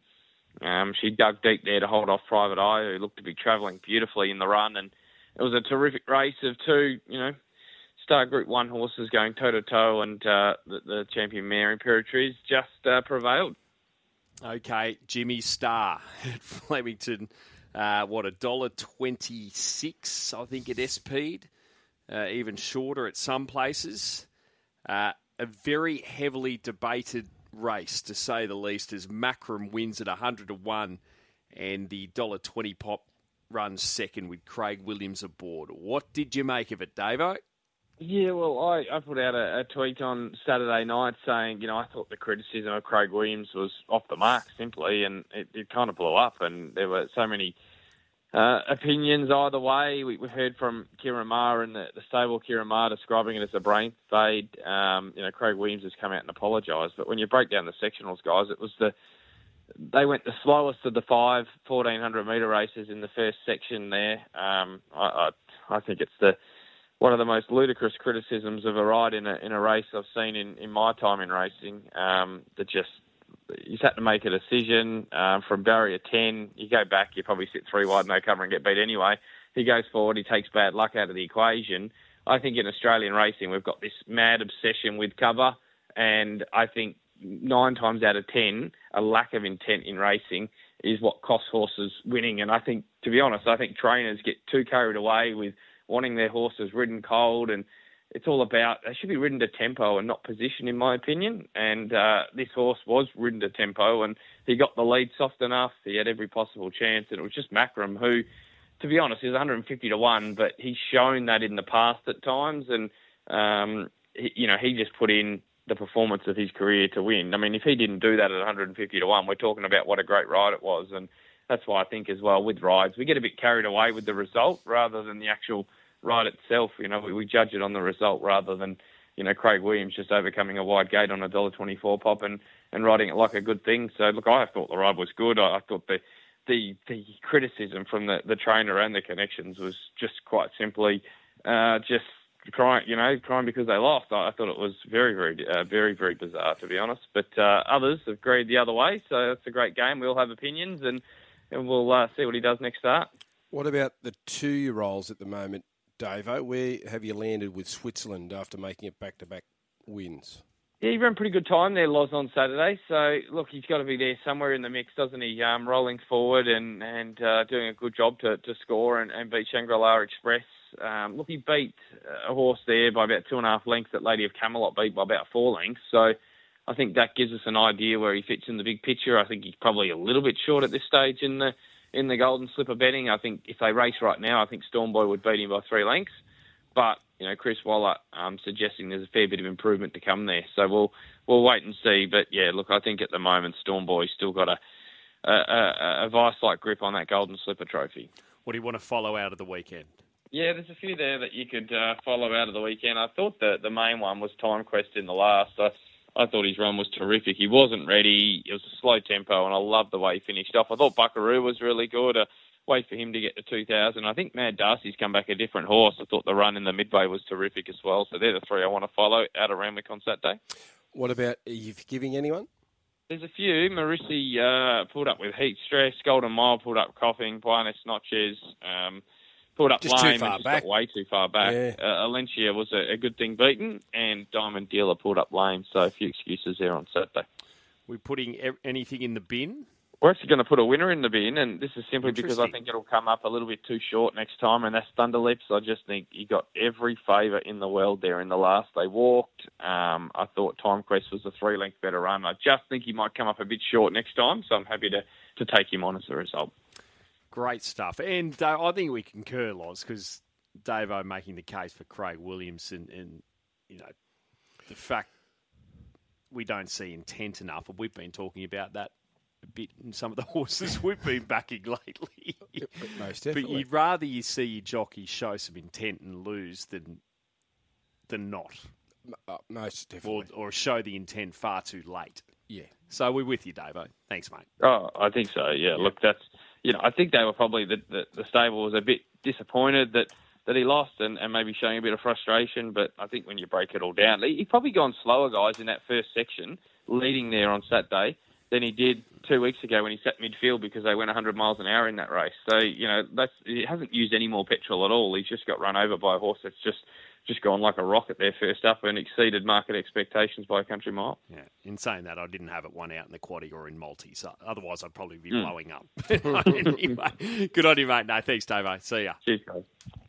Speaker 7: um, she dug deep there to hold off Private Eye, who looked to be travelling beautifully in the run. And it was a terrific race of two, you know, star Group 1 horses going toe to toe, and uh, the, the, champion mare Imperatrice just uh, prevailed.
Speaker 1: Okay, Jimmy Star at Flemington. Uh, what a dollar twenty-six, I think it SP'd, even shorter at some places Uh, a very heavily debated race, to say the least, as Macram wins at 100 to 1 and the $1.20 pop runs second with Craig Williams aboard. What did you make of it, Davo?
Speaker 7: Yeah, well, I, I put out a, a, tweet on Saturday night saying, you know, I thought the criticism of Craig Williams was off the mark simply, and it, it kind of blew up, and there were so many. Uh, opinions either way. We, have heard from Kieran Maher and the, the stable Kieran Maher describing it as a brain fade. Um, you know, Craig Williams has come out and apologised. But when you break down the sectionals, guys, it was the they went the slowest of the five 1400 metre races in the first section there. Um, I, I, I, think it's the one of the most ludicrous criticisms of a ride in a in a race I've seen in, in my time in racing. Um, that just you just had to make a decision um, from barrier 10. You go back, you probably sit three wide, no cover, and get beat anyway. He goes forward, he takes bad luck out of the equation. I think in Australian racing, we've got this mad obsession with cover, and I think nine times out of 10, a lack of intent in racing is what costs horses winning. And I think, to be honest, I think trainers get too carried away with wanting their horses ridden cold and it's all about they should be ridden to tempo and not position, in my opinion. And uh, this horse was ridden to tempo, and he got the lead soft enough. He had every possible chance, and it was just Macram who, to be honest, is 150 to one, but he's shown that in the past at times, and um, he, you know he just put in the performance of his career to win. I mean, if he didn't do that at 150 to one, we're talking about what a great ride it was, and that's why I think as well with rides we get a bit carried away with the result rather than the actual ride itself. You know, we, we, judge it on the result rather than you know Craig Williams just overcoming a wide gate on a dollar twenty four pop and and riding it like a good thing. So look, I thought the ride was good. I, I, thought the the the criticism from the the trainer and the connections was just quite simply uh, just crying, you know, crying because they lost. I, I thought it was very very uh, very very bizarre to be honest. But uh, others have agreed the other way. So it's a great game. We all have opinions and. And we'll uh, see what he does next start.
Speaker 4: What about the two-year-olds at the moment? Davo, where have you landed with Switzerland after making it back to back wins?
Speaker 7: Yeah, he ran pretty good time there, Loz, on Saturday. So, look, he's got to be there somewhere in the mix, doesn't he? Um, rolling forward and, and uh, doing a good job to, to score and, and beat Shangri La Express. Um, look, he beat uh, a horse there by about two and a half lengths that Lady of Camelot beat by about four lengths. So, I think that gives us an idea where he fits in the big picture. I think he's probably a little bit short at this stage in the in the Golden Slipper betting. I think if they race right now, I think Stormboy would beat him by three lengths. But you know, Chris Waller um, suggesting there's a fair bit of improvement to come there. So we'll we'll wait and see. But yeah, look, I think at the moment Stormboy's still got a a, a, a vice-like grip on that Golden Slipper trophy.
Speaker 1: What do you want to follow out of the weekend?
Speaker 7: Yeah, there's a few there that you could uh, follow out of the weekend. I thought that the main one was Time Quest in the last. I, I thought his run was terrific. He wasn't ready. It was a slow tempo, and I loved the way he finished off. I thought Buckaroo was really good. A way for him to get to 2,000. I think Mad Darcy's come back a different horse. I thought the run in the midway was terrific as well. So they're the three I want to follow out of Ramwick on Saturday.
Speaker 4: What about are you giving anyone?
Speaker 7: There's a few. Marissi uh, pulled up with heat stress. Golden Mile pulled up coughing. Buenos Notches um, pulled up
Speaker 8: Just too
Speaker 7: lame. and
Speaker 8: far
Speaker 7: just
Speaker 8: back.
Speaker 7: Got way too far back.
Speaker 4: Yeah.
Speaker 7: Uh, Alencia was a, a good thing beaten, and Diamond Dealer pulled up lame. So a few excuses there on Saturday.
Speaker 1: We putting e- anything in the bin?
Speaker 7: We're actually going to put a winner in the bin, and this is simply because I
Speaker 1: Interesting.
Speaker 7: think it'll come up a little bit too short next time, and that's Thunderlips. I just think he got every favour in the world there in the last they walked. Um, I thought Time Quest was a three length better run. I just think he might come up a bit short next time, so I'm happy to, to take him on as a result.
Speaker 1: Great stuff. And uh, I think we concur, Loz, because Davo making the case for Craig Williams and, and, you know, the fact we don't see intent enough. And we've been talking about that a bit in some of the horses we've been backing lately.
Speaker 4: Most
Speaker 1: but
Speaker 4: definitely.
Speaker 1: you'd rather you see your jockey show some intent and lose than than not,
Speaker 4: Uh, most definitely.
Speaker 1: or, or show the intent far too late.
Speaker 4: yeah.
Speaker 1: So we're with you, Davo. Thanks, mate.
Speaker 7: Oh, I think so. Yeah. Look, that's you know, I think they were probably the, the, the stable was a bit disappointed that, that he lost and, and maybe showing a bit of frustration. But I think when you break it all down, he, he probably gone slower, guys, in that first section, leading there on Saturday than he did two weeks ago when he sat midfield because they went 100 miles an hour in that race. So you know, that's he hasn't used any more petrol at all. He's just got run over by a horse that's just just gone like a rocket there first up and exceeded market expectations by a country mile.
Speaker 1: Yeah. In saying that, I didn't have it one out in the quaddy or in multi, so otherwise I'd probably be blowing up. anyway, good on you, mate. No, thanks, Davo. See ya.
Speaker 7: Cheers, guys.